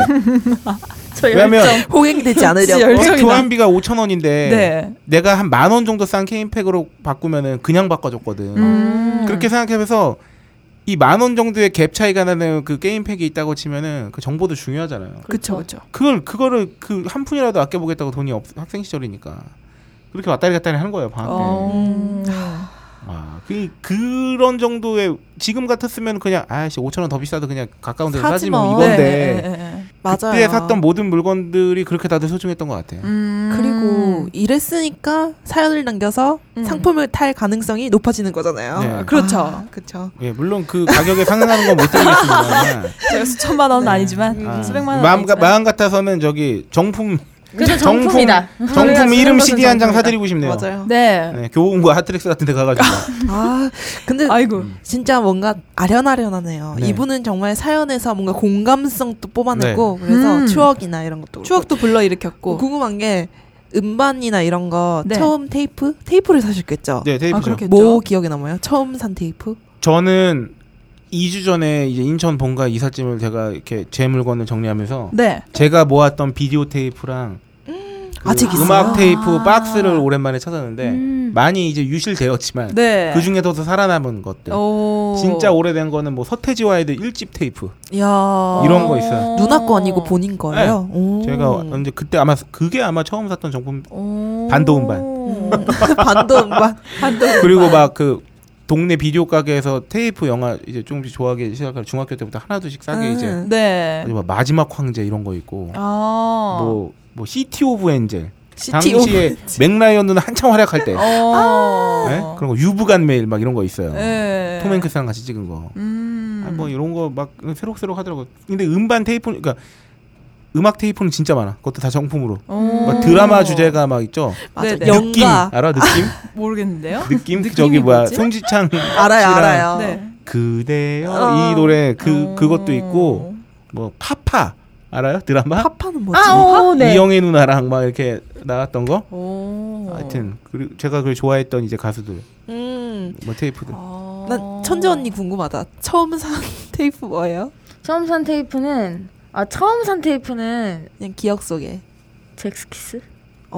G: 저
D: 왜냐면 어,
F: 호갱되지
E: 진짜
F: 않으려고.
E: 열- 열정이다.
D: 교환비가 5천 원인데
E: 네.
D: 내가 한 만 원 정도 싼 게임팩으로 바꾸면은 그냥 바꿔줬거든.
E: 음.
D: 그렇게 생각해서 이 만 원 정도의 갭 차이가 나는 그 게임팩이 있다고 치면은 그 정보도 중요하잖아요.
E: 그렇죠. 그쵸 그쵸.
D: 그걸 그거를 그 한 푼이라도 아껴보겠다고 돈이 없, 학생 시절이니까 그렇게 왔다리 갔다리 하는 거예요 방학 때.
G: 음.
E: 어.
D: 아, 그 그런 정도의 지금 같았으면 그냥 아씨 5천 원 더 비싸도 그냥 가까운 데서
F: 사지
D: 사지 뭐,
F: 뭐.
D: 이건데
E: 네, 네, 네, 네.
F: 맞아요.
D: 그때 샀던 뭐 모든 물건들이 그렇게 다들 소중했던 것 같아요.
E: 음.
F: 그리고 이랬으니까 사연을 남겨서
E: 음.
F: 상품을 탈 가능성이 높아지는 거잖아요.
D: 네.
E: 그렇죠.
F: 그렇죠.
D: 예, 물론 그 가격에 상응하는 건 못 드리겠습니다.
E: 제가 수천만 원은 아니지만
D: 아,
E: 수백만 원.
D: 마음, 가-
E: 아니지만.
D: 마음 같아서는 저기 정품
G: 그래서 정품이다.
D: 정품 이름 CD 한 장
G: 정품이다.
D: 사드리고 싶네요.
F: 맞아요.
E: 네.
D: 네, 교훈과 하트렉스 같은 데 가가지고
F: 아 근데
E: 아이고.
D: 음.
F: 진짜 뭔가 아련아련하네요.
D: 네.
F: 이분은 정말 사연에서 뭔가 공감성도 뽑아냈고
D: 네.
F: 그래서
E: 음.
F: 추억이나 이런 것도 그렇고.
E: 추억도 불러 일으켰고.
F: 궁금한 게 음반이나 이런 거
E: 네.
F: 처음 테이프 테이프를 사셨겠죠.
D: 네, 테이프죠.
E: 아 그렇겠죠.
F: 뭐 기억에 남아요? 처음 산 테이프?
D: 저는 2주 전에 이제 인천 본가 이삿짐을 제가 이렇게 제 물건을 정리하면서
E: 네.
D: 제가 모았던 비디오 테이프랑 그
F: 아직 있어요?
D: 음악 테이프
E: 아.
D: 박스를 오랜만에 찾았는데
G: 음.
D: 많이 이제 유실되었지만
E: 네.
D: 네. 그 중에서도 살아남은 것들
E: 오.
D: 진짜 오래된 거는 뭐 서태지와이들 1집 테이프
F: 이야
D: 이런 거 있어요.
F: 누나 거 아니고 본인 거예요. 오.
D: 제가 언제 그때 아마 그게 아마 처음 샀던 정품
E: 오.
D: 반도음반.
F: 반도 음반
E: 반도음반.
D: 그리고 막 그 동네 비디오 가게에서 테이프 영화 이제 조금씩 좋아하기 시작할 중학교 때부터 하나 둘씩 싸게
F: 음.
D: 이제
E: 네.
D: 아니, 뭐 마지막 황제 이런 거 있고
E: 아.
F: 어.
D: 뭐, 뭐 시티 오브 엔젤
F: 시티 오브
D: 당시에 맥라이언 누나 한창 활약할 때
E: 어.
D: 네? 그런 거 유부간 메일 막 이런 거 있어요
E: 네.
D: 톰 행크스랑 같이 찍은 거
E: 음.
D: 아, 뭐 이런 거 막 새록새록 하더라고. 근데 음반 테이프 그러니까 음악 테이프는 진짜 많아. 그것도 다 정품으로.
E: 어.
D: 막뭐 드라마 주제가 막 있죠.
F: 맞아.
E: 네네.
D: 느낌
F: 음. 영가
D: 알아? 느낌?
E: 모르겠는데요.
D: 느낌? 저기 뭐야?
E: 뭐지?
D: 송지창
F: 알아요,
D: 씨랑
F: 알아요.
E: 네.
D: 그대여
F: 어.
D: 이 노래 그
E: 어.
D: 그것도 있고 뭐 파파 알아요? 드라마?
F: 파파는 뭐지?
G: 아, 어, 네.
D: 이영애 누나랑 막 이렇게 나왔던 거.
E: 오.
F: 어.
D: 하여튼 그리고 제가 그 좋아했던 이제 가수들
F: 음.
D: 뭐 테이프들.
E: 아.
F: 난 천재 언니 궁금하다. 처음 산 테이프 뭐예요?
G: 처음 산 테이프는 아 처음 산 테이프는
F: 그냥 기억 속에.
G: 잭스키스? 음.
F: 오.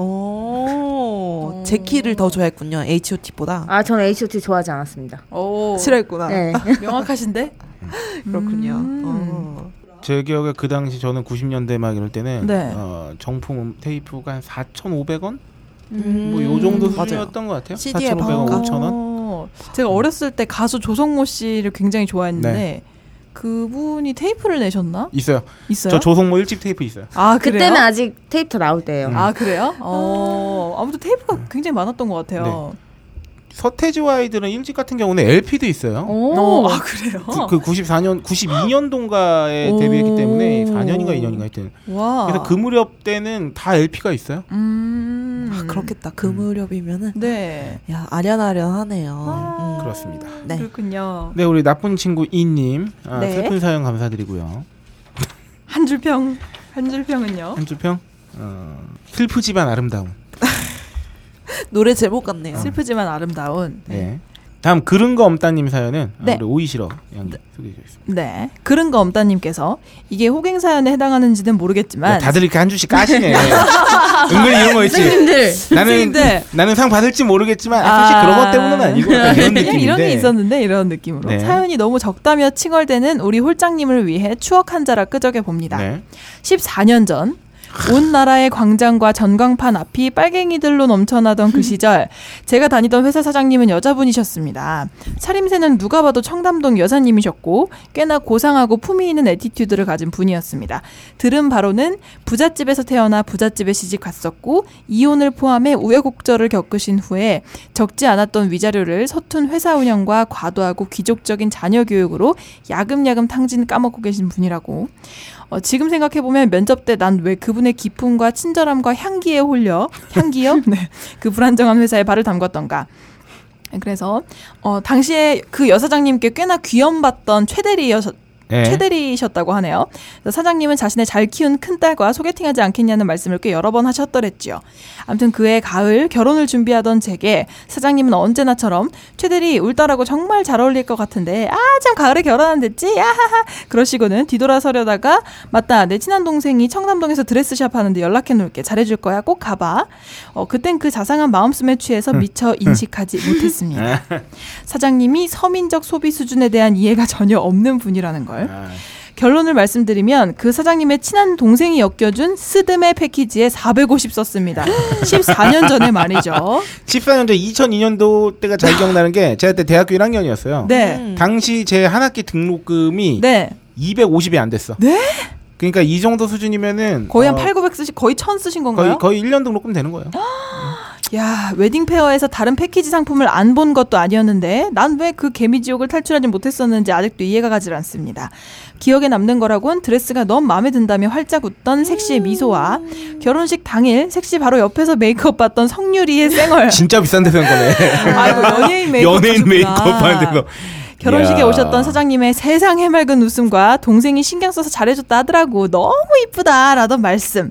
F: 어, 제키를 더 좋아했군요. H.O.T.보다.
G: 아 저는 H.O.T 좋아하지 않았습니다.
E: 오.
D: 아.
F: 싫어했구나.
G: 네.
E: 명확하신데.
F: 그렇군요.
E: 음.
F: 어.
D: 제 기억에 그 당시 저는 90년대 막 이럴 때는
E: 네.
D: 어, 정품 음- 테이프가 한 4,500원
F: 음.
D: 뭐 요 정도
F: 맞아요.
D: 수준이었던 것 같아요.
F: CD 의
D: 4,500원,
F: 방가.
D: 5,000원.
E: 어, 제가 어렸을 때 가수 조성모 씨를 굉장히 좋아했는데
D: 네.
E: 그분이 테이프를 내셨나?
D: 있어요.
E: 있어요?
D: 저 조성모 1집 테이프 있어요. 음.
E: 아 그래요?
G: 그때는 아직 테이프 나올 때예요.
E: 아 그래요? 어 아무튼 테이프가 굉장히 많았던 것
D: 네.
E: 같아요.
D: 서태지와 아이들은 1집 같은 경우는 LP도 있어요.
G: 오.
E: 어, 아 그래요?
D: 그, 그 94년, 92년 동가에
E: 오.
D: 데뷔했기 때문에 4년인가 2년인가 하여튼.
E: 와.
D: 그래서 그 무렵 때는 다 LP가 있어요.
E: 음.
F: 아, 그렇겠다. 그 무렵이면은
E: 네.
F: 야 아련아련하네요.
E: 아.
F: 음.
D: 그렇습니다.
F: 네.
E: 그렇군요.
D: 네, 우리 나쁜 친구 이님 아,
F: 네.
D: 슬픈 사연 감사드리고요.
E: 한 줄평 한 줄평은요.
D: 한주평 어, 슬프지만 아름다운.
F: 노래 제목 같네요.
E: 슬프지만 아름다운.
D: 네. 다음 그런 거 없다님 사연은 아,
E: 네.
D: 우리 오이시러 양이 소개해 주겠습니다.
E: 네. 그런 거 엄따님께서 이게 호갱 사연에 해당하는지는 모르겠지만.
D: 야, 네, 다들 이렇게 한 주씩 까시네. 은근히 이런 거 있지.
E: 네.
G: 선생님들.
D: 나는
E: 선생님들.
D: 나는 상 받을지 모르겠지만 아, 사실 그런 것 때문은 아니고 약간 이런
E: 그냥
D: 느낌인데.
E: 네. 이런 게 있었는데 이런 느낌으로
D: 네.
E: 사연이 너무 적다며 칭얼대는 우리 홀장님을 위해 추억 한 자락 끄적여 봅니다.
D: 네.
E: 14년 전. 온 나라의 광장과 전광판 앞이 빨갱이들로 넘쳐나던 그 시절 제가 다니던 회사 사장님은 여자분이셨습니다. 차림새는 누가 봐도 청담동 여사님이셨고 꽤나 고상하고 품위 있는 에티튜드를 가진 분이었습니다. 들은 바로는 부잣집에서 태어나 부잣집에 시집 갔었고 이혼을 포함해 우여곡절을 겪으신 후에 적지 않았던 위자료를 서툰 회사 운영과 과도하고 귀족적인 자녀 교육으로 야금야금 탕진 까먹고 계신 분이라고 어, 지금 생각해보면 면접 때 난 왜 그분의 기품과 친절함과 향기에 홀려 향기요? 네. 그 불안정한 회사에 발을 담궜던가. 그래서 어, 당시에 그 여사장님께 꽤나 귀염받던 최대리여서
D: 네.
E: 최대리셨다고 하네요. 그래서 사장님은 자신의 잘 키운 큰딸과 소개팅하지 않겠냐는 말씀을 꽤 여러 번 하셨더랬지요. 아무튼 그해 가을 결혼을 준비하던 제게 사장님은 언제나처럼 최대리 울딸하고 정말 잘 어울릴 것 같은데 아 참 가을에 결혼하면 됐지 아하하 그러시고는 뒤돌아서려다가 맞다 내 친한 동생이 청담동에서 드레스샵 하는데 연락해 놓을게 잘해줄 거야 꼭 가봐. 어 그땐 그 자상한 마음씀에 취해서 미처 인식하지
D: 음.
E: 못했습니다. 사장님이 서민적 소비 수준에 대한 이해가 전혀 없는 분이라는 걸.
D: 아,
E: 결론을 말씀드리면 그 사장님의 친한 동생이 엮여준 스드메 패키지에 450 썼습니다. 14년 전에 말이죠.
D: 음. 14년 전 2002년도 때가 잘 기억나는 게 제가 그때 대학교 1학년이었어요.
E: 네.
F: 음.
D: 당시 제 한 학기 등록금이
E: 네.
D: 250이 안 됐어.
E: 네?
D: 그러니까 이 정도 수준이면은
E: 거의 한
D: 어,
E: 8, 900 쓰신 거의 1000 쓰신 건가요?
D: 거의 거의 1년 등록금 되는 거예요.
E: 야, 웨딩 페어에서 다른 패키지 상품을 안 본 것도 아니었는데 난 왜 그 개미 지옥을 탈출하지 못했었는지 아직도 이해가 가질 않습니다. 기억에 남는 거라곤 드레스가 너무 마음에 든다며 활짝 웃던 섹시의 미소와 결혼식 당일 섹시 바로 옆에서 메이크업 받던 성유리의 쌩얼.
D: 진짜 비싼 데서 한 거네.
E: 네. 아이고 연예인 메이크업
D: 연예인
E: 하셨구나.
D: 메이크업 하는데서
E: 결혼식에
D: 이야.
E: 오셨던 사장님의 세상 해맑은 웃음과 동생이 신경 써서 잘해줬다 하더라고 너무 이쁘다라던 말씀.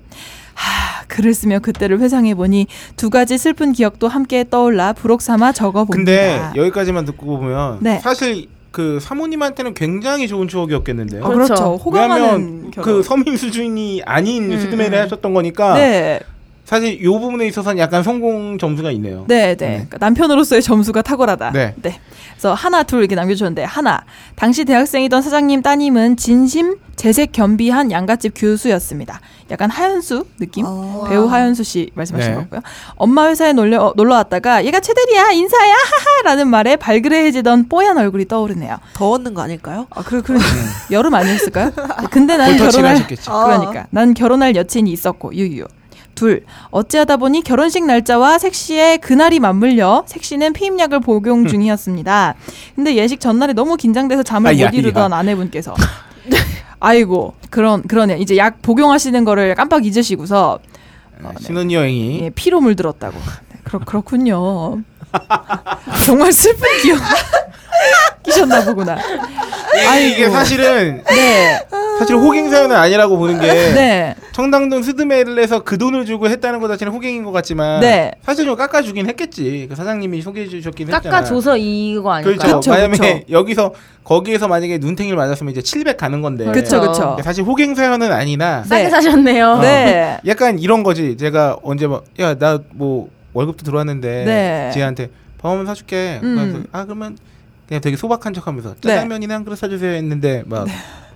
E: 하, 글을 쓰며 그때를 회상해보니 두 가지 슬픈 기억도 함께 떠올라 부록삼아
D: 근데
E: 적어봅니다.
D: 여기까지만 듣고 보면
E: 네.
D: 사실 그 사모님한테는 굉장히 좋은 추억이었겠는데요.
E: 어, 그렇죠.
G: 그렇죠.
E: 호감하는
D: 왜냐하면
E: 결혼.
D: 그 서민 수준이 아닌
G: 음,
D: 스드메를
G: 음.
D: 하셨던 거니까
E: 네.
D: 사실 이 부분에 있어서는 약간 성공 점수가 뭐. 있네요.
E: 네, 네. 그러니까 남편으로서의 점수가 탁월하다.
D: 네.
E: 그래서 하나, 둘 이렇게 남겨주셨는데 하나. 당시 대학생이던 사장님 따님은 진심 재색 겸비한 양갓집 교수였습니다. 약간 하연수 느낌?
F: 어.
E: 배우 하연수 씨 말씀하신
D: 네.
E: 거고요. 엄마 회사에 어, 놀러, 놀러 왔다가 얘가 최대리야 인사야 하하라는 말에 발그레해지던 뽀얀 얼굴이 떠오르네요.
F: 더웠는 거 아닐까요?
E: 아, 그,
D: 음.
E: 그 여름 아니었을까요? 근데 나는
D: 볼터치를
E: 결혼할
D: 하셨겠지.
F: 어.
E: 그러니까 난 결혼할 여친이 있었고 유유. 둘 어찌하다 보니 결혼식 날짜와 색시의 그날이 맞물려 색시는 피임약을 복용 중이었습니다. 근데 예식 전날에 너무 긴장돼서 잠을
D: 아이야,
E: 못 이루던 아내분께서 아이고 그런 그러네 이제 약 복용하시는 거를 깜빡 잊으시고서 어, 네.
D: 신혼여행이
E: 예, 피로 물들었다고. 네, 그렇 그렇군요. 정말 슬픈 기억이셨나 보구나.
D: 아니 이게 사실은
E: 네,
D: 사실 호갱 사연은 아니라고 보는 게
E: 네.
D: 청당동 스드메를에서 그 돈을 주고 했다는 것 자체는 호갱인 것 같지만
E: 네.
D: 사실 좀 깎아주긴 했겠지. 그 사장님이 소개해 주셨긴 했잖아.
G: 깎아줘서 이거 아닐까?
D: 그렇죠.
E: 그쵸,
D: 만약에
E: 그쵸.
D: 여기서 거기에서 만약에 눈탱이를 맞았으면 이제 700 가는
G: 네.
D: 건데.
E: 그쵸, 그쵸.
D: 사실 호갱 사연은 아니나
G: 싸게
E: 네.
G: 사셨네요.
E: 네.
D: 약간 이런 거지. 제가 언제 막 야 나 뭐 월급도 들어왔는데
E: 네.
D: 지혜한테 밥 한번 사줄게.
E: 음.
D: 그래서 아 그러면 그냥 되게 소박한 척하면서
E: 네.
D: 짜장면이나 한 그릇 사주세요 했는데 막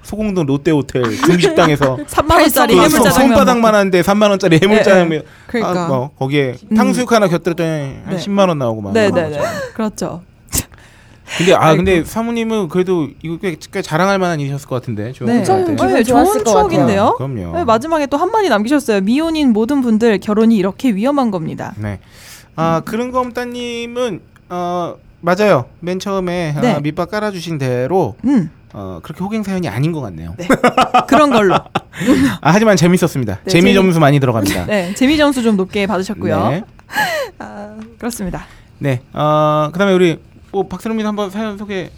D: 소공동 롯데 호텔 중식당에서
E: 3만 원짜리
D: 그
E: 해물
D: 손-
E: 짜장면.
D: 손바닥만 하는데 3만 원짜리
E: 네,
D: 해물 짜장면
F: 그러니까.
D: 아, 뭐 거기에
E: 음.
D: 탕수육 하나 곁들였더니 한
E: 네.
D: 10만 원 나오고 막
E: 네,
D: 그런
E: 네, 네.
D: 거죠.
E: 그렇죠.
D: 근데 아 근데 사모님은 그래도 이거 꽤, 꽤 자랑할 만한 일이셨을 것 같은데 조영
E: 네.
G: 엄청
D: 분한테. 아,
G: 기분
E: 네, 좋은
G: 좋았을 것
E: 추억인데요.
D: 그럼요.
E: 네, 마지막에 또 한 마디 남기셨어요. 미혼인 모든 분들 결혼이 이렇게 위험한 겁니다.
D: 네.
E: 음.
D: 아 그런 검따님은 어 맞아요. 맨 처음에
E: 네.
D: 아, 밑밥 깔아주신 대로
E: 음,
D: 어 그렇게 호갱 사연이 아닌 것 같네요.
E: 그런 걸로.
D: 아 하지만 재밌었습니다.
E: 네,
D: 재미
E: 재미-
D: 점수 많이 들어갑니다.
E: 네, 재미 점수 좀 높게 받으셨고요.
D: 네.
E: 그렇습니다.
D: 네. 어 그다음에 우리 뭐 박세롬이 한번 사연 소개.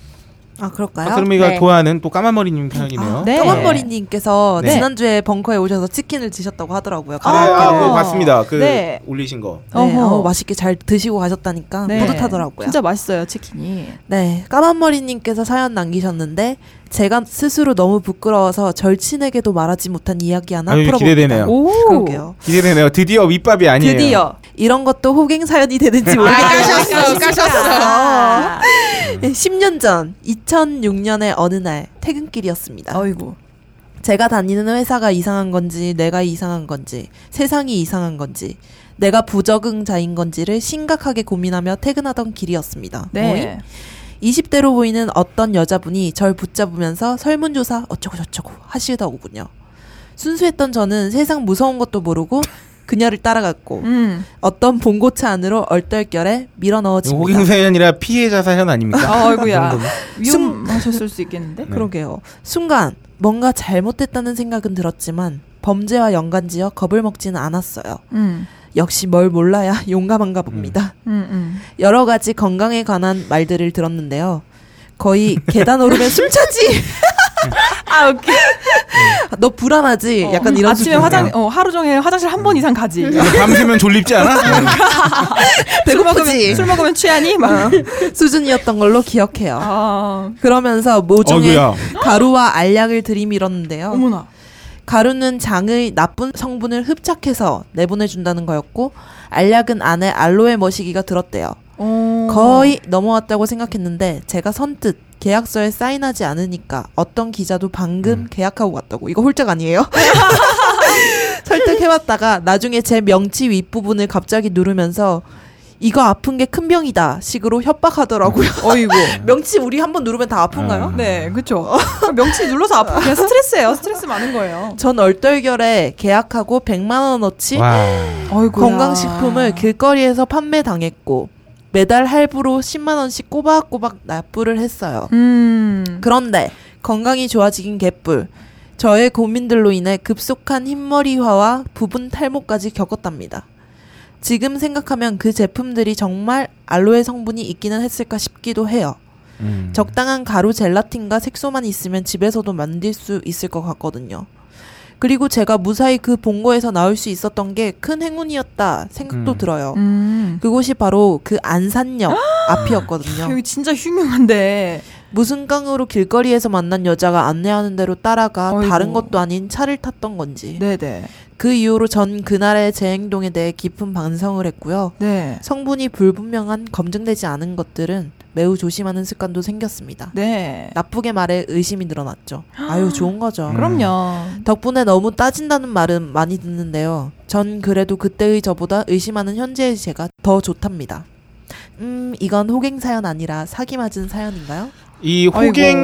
F: 아 그럴까요?
D: 박세롬이가
G: 네.
D: 좋아하는 또 까만머리님 사연이네요.
E: 네.
F: 까만머리님께서
E: 네.
F: 아, 지난주에 벙커에 오셔서 치킨을 드셨다고 하더라고요.
D: 아,
E: 아,
D: 아,
E: 네.
D: 그거 봤습니다. 그
E: 네.
D: 올리신 거.
F: 네,
E: 어허.
F: 어, 맛있게 잘 드시고 가셨다니까
E: 네.
F: 뿌듯하더라고요.
E: 진짜 맛있어요 치킨이.
F: 네, 까만머리님께서 사연 남기셨는데 제가 스스로 너무 부끄러워서 절친에게도 말하지 못한 이야기 하나
D: 아유,
F: 풀어볼게요.
D: 기대되네요.
E: 오,
F: 그러게요.
D: 기대되네요. 드디어 윗밥이 아니에요.
E: 드디어
F: 이런 것도 호갱 사연이 되는지 모르겠어요. 아, 까셨어. 10년 전 2006년의 어느 날 퇴근길이었습니다.
E: 어이구.
F: 제가 다니는 회사가 이상한 건지 내가 이상한 건지 세상이 이상한 건지 내가 부적응자인 건지를 심각하게 고민하며 퇴근하던 길이었습니다.
E: 네.
F: 20대로 보이는 어떤 여자분이 절 붙잡으면서 설문조사 어쩌고저쩌고 하시더군요. 순수했던 저는 세상 무서운 것도 모르고 그녀를 따라갔고
E: 음.
F: 어떤 봉고차 안으로 얼떨결에 밀어
D: 이거 호갱
F: 넣어집니다.
D: 사연이라 피해자 사연 아닙니까?
E: 아, 어이구야.
D: 그 정도면.
E: 위험하셨을 수 있겠는데.
D: 네.
F: 그러게요. 순간 뭔가 잘못됐다는 생각은 들었지만 범죄와 연관지어 겁을 먹지는 않았어요.
E: 음,
F: 역시 뭘 몰라야 용감한가 봅니다.
E: 음, 음.
F: 여러 가지 건강에 관한 말들을 들었는데요. 거의 계단 오르면 숨차지.
E: 아, 오케이.
F: 너 불안하지. 약간 이런
E: 어. 아침에
F: 수준.
E: 화장, 어, 하루 종일 화장실 한 번 이상 가지.
D: 이거 밤새면 졸립지
E: 네.
D: 않아?
E: 술
F: 배고프지?
E: 먹으면, 술 먹으면 취하니? 막.
F: 네. 수준이었던 걸로 기억해요.
E: 아,
F: 그러면서 모종의
D: 어이구야.
F: 가루와 알약을 들이밀었는데요.
E: 어머나.
F: 가루는 장의 나쁜 성분을 흡착해서 내보내준다는 거였고 알약은 안에 알로에 머시기가 들었대요.
E: 어.
F: 거의 넘어왔다고 생각했는데 제가 선뜻 계약서에 사인하지 않으니까 어떤 기자도 방금 계약하고 갔다고 이거 홀짝 아니에요? 설득해봤다가 나중에 제 명치 윗부분을 갑자기 누르면서 이거 아픈 게 큰 병이다 식으로 협박하더라고요.
E: 어이구.
F: 명치 우리 한번 누르면 다 아픈가요?
D: 아.
E: 네, 그쵸. 명치 눌러서 아프고 그냥 스트레스예요. 스트레스 많은 거예요.
F: 전 얼떨결에 계약하고 100만 원어치
D: 와.
E: 어이구.
F: 건강식품을 길거리에서 판매당했고 매달 할부로 10만 원씩 꼬박꼬박 납부를 했어요.
E: 음.
F: 그런데 건강이 좋아지긴 개뿔. 저의 고민들로 인해 급속한 흰머리화와 부분 탈모까지 겪었답니다. 지금 생각하면 그 제품들이 정말 알로에 성분이 있기는 했을까 싶기도 해요.
D: 음.
F: 적당한 가루 젤라틴과 색소만 있으면 집에서도 만들 수 있을 것 같거든요. 그리고 제가 무사히 그 본고에서 나올 수 있었던 게 큰 행운이었다 생각도
D: 음.
F: 들어요.
E: 음.
F: 그곳이 바로 그 안산역 앞이었거든요.
E: 여기 진짜 흉흉한데.
F: 무슨 깡으로 길거리에서 만난 여자가 안내하는 대로 따라가
E: 어이구.
F: 다른 것도 아닌 차를 탔던 건지
E: 네네.
F: 그 이후로 전 그날의 제 행동에 대해 깊은 반성을 했고요.
E: 네.
F: 성분이 불분명한 검증되지 않은 것들은 매우 조심하는 습관도 생겼습니다.
E: 네.
F: 나쁘게 말해 의심이 늘어났죠. 아유 좋은
D: 음.
F: 거죠.
E: 음. 그럼요.
F: 덕분에 너무 따진다는 말은 많이 듣는데요. 전 그래도 그때의 저보다 의심하는 현재의 제가 더 좋답니다. 음, 이건 호갱 사연 아니라 사기 맞은 사연인가요?
D: 이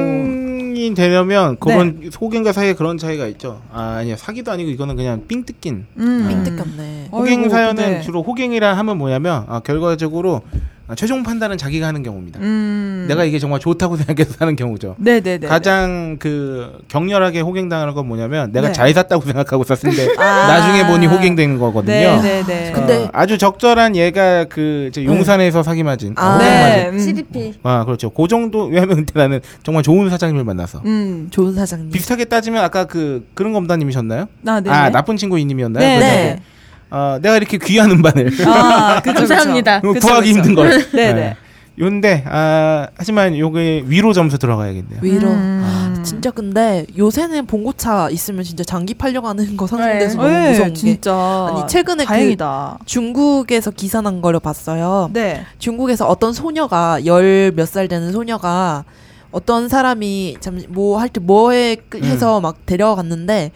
D: 호갱이 되려면 그런
E: 네.
D: 호갱과 사이에 그런 차이가 있죠. 아 아니야 사기도 아니고 이거는 그냥 삥 뜯긴.
E: 음.
D: 음.
F: 뜻깊네.
D: 호갱
E: 어이구,
D: 사연은
E: 근데-
D: 주로 호갱이라 하면 뭐냐면 아, 결과적으로 아, 최종 판단은 자기가 하는 경우입니다.
E: 음.
D: 내가 이게 정말 좋다고 생각해서 사는 경우죠.
E: 네네네.
D: 가장 그 격렬하게 호갱당하는 건 뭐냐면 내가
E: 네.
D: 잘 샀다고 생각하고 샀는데
F: 아.
D: 나중에 보니 호갱된 거거든요.
E: 네네네.
D: 어,
F: 근데-
D: 아주 적절한 얘가 그 이제 용산에서 사기 맞은 그
F: 아.
D: 호갱 맞은.
E: 네. 음.
G: CDP.
D: 아 그렇죠. 그 정도 왜냐면 그때 나는 정말 좋은 사장님을 만나서
E: 음.
F: 좋은 사장님.
D: 비슷하게 따지면 아까 그 그런 검다님이셨나요?
E: 아, 네.
D: 아 나쁜 친구 이님이었나요?
E: 네.
D: 그래서
E: 네.
D: 어, 내가 이렇게 귀한 음반을
E: 아, 그쵸, 그쵸.
G: 감사합니다.
D: 이거
E: 그쵸,
D: 구하기
E: 그쵸.
D: 힘든 걸.
E: 네네.
D: 요인데 아 하지만 요게 위로 점수 들어가야겠네요.
F: 위로.
E: 음.
F: 뭐 진짜 근데 요새는 봉고차 있으면 진짜 장기 팔려고 하는 거 상상돼서
G: 네.
F: 너무
E: 네,
F: 무서운 게
E: 진짜.
F: 아니 최근에
E: 다행이다.
F: 그 중국에서 기사 난 거를 봤어요.
E: 네.
F: 중국에서 어떤 소녀가 열 몇 살 되는 소녀가 어떤 사람이 참 뭐 할 때 뭐에
E: 음.
F: 끌- 해서 막 데려갔는데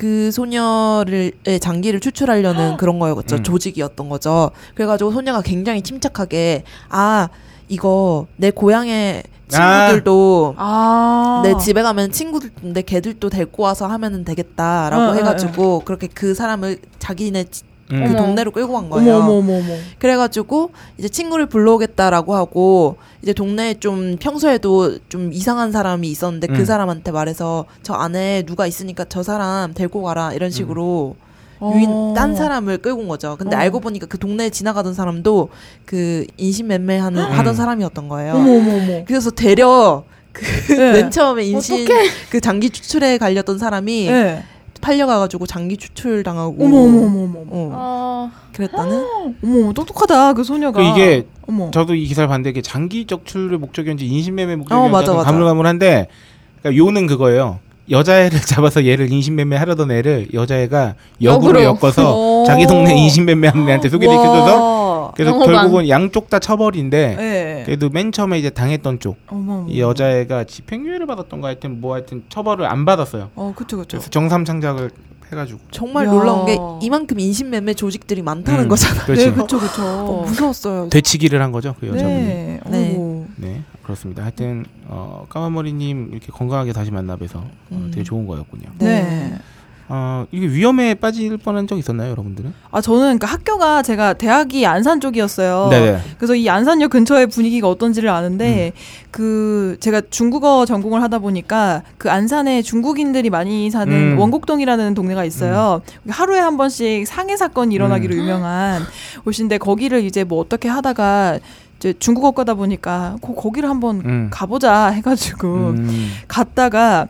F: 그 소녀를 의 장기를 추출하려는 그런 거였죠
D: 음.
F: 조직이었던 거죠. 그래가지고 소녀가 굉장히 침착하게 아 이거 내 고향의 친구들도
E: 아.
F: 내 집에 가면 친구들 내 걔들도 데리고 와서 하면은 되겠다라고
E: 어,
F: 해가지고 그렇게 그 사람을 자기네 지-
D: 음.
F: 그
G: 어머.
F: 동네로 끌고 간 거예요.
E: 어머, 어머, 어머, 어머.
F: 그래가지고 이제 친구를 불러오겠다라고 하고 이제 동네에 좀 평소에도 좀 이상한 사람이 있었는데
D: 음.
F: 그 사람한테 말해서 저 안에 누가 있으니까 저 사람 데리고 가라 이런 식으로 유인 딴 사람을 끌고 온 거죠. 근데
E: 어.
F: 알고 보니까 그 동네에 지나가던 사람도 그 인신매매하는 하던 사람이었던 거예요.
E: 어머, 어머, 어머.
F: 그래서 데려 그
E: 네.
F: 맨 처음에 인신 그 장기 추출에 갈렸던 사람이
E: 네.
F: 팔려가가지고 장기 추출 당하고
E: 어머, 어머, 어머, 어머. 어머. 아.
F: 어,
G: 어,
F: 그랬다는
E: 어머, 똑똑하다, 그 소녀가.
D: 그 이게
E: 어머.
D: 저도 이 기사를 봤는데 이게 장기 적출의 목적이었는지 인신매매
F: 어, 맞아,
D: 목적이었는지
F: 맞아.
D: 가물가물한데 그러니까 요는 그거예요. 여자애를 잡아서 얘를 인신매매 하려던 애를 여자애가 역으로,
G: 역으로.
D: 엮어서
E: 오.
D: 자기 동네 인신매매한 애한테 소개시켜줘서
E: 와.
D: 그래서
G: 영어방.
D: 결국은 양쪽 다 처벌인데
E: 네.
D: 그래도 맨 처음에 이제 당했던 쪽 이
E: 그 어머, 어머.
D: 여자애가 집행유예를 받았던가 하여튼 뭐 하여튼 처벌을 안 받았어요.
E: 어, 그쵸, 그쵸.
D: 그래서 정삼창작을 해가지고
F: 정말
E: 야.
F: 놀라운 게 이만큼 인신매매 조직들이 많다는
D: 음,
F: 거잖아.
E: 네,
D: 그렇지.
E: 그쵸, 그쵸.
F: 어, 무서웠어요.
D: 되치기를 한 거죠 그 여자분이. 네,
E: 네.
F: 네.
E: 어머.
D: 그렇습니다. 하여튼 어, 까만머리님 이렇게 건강하게 다시 만나뵈서 어,
F: 음.
D: 되게 좋은 거였군요.
E: 네.
D: 어, 이게 위험에 빠질 뻔한 적 있었나요 여러분들은?
E: 아 저는 그러니까 학교가 제가 대학이 안산 쪽이었어요.
D: 네,
E: 그래서 이 안산역 근처의 분위기가 어떤지를
D: 음.
E: 아는데 그 제가 중국어 전공을 하다 보니까 그 안산에 중국인들이 많이 사는
D: 음.
E: 원곡동이라는 동네가 있어요. 하루에 한 번씩 상해
D: 음.
E: 사건이 일어나기로 유명한 곳인데 거기를 이제 뭐 어떻게 하다가 이제 중국어 거다 보니까 거- 거기를 한번
D: 음.
E: 가보자 해가지고
D: 음.
E: 갔다가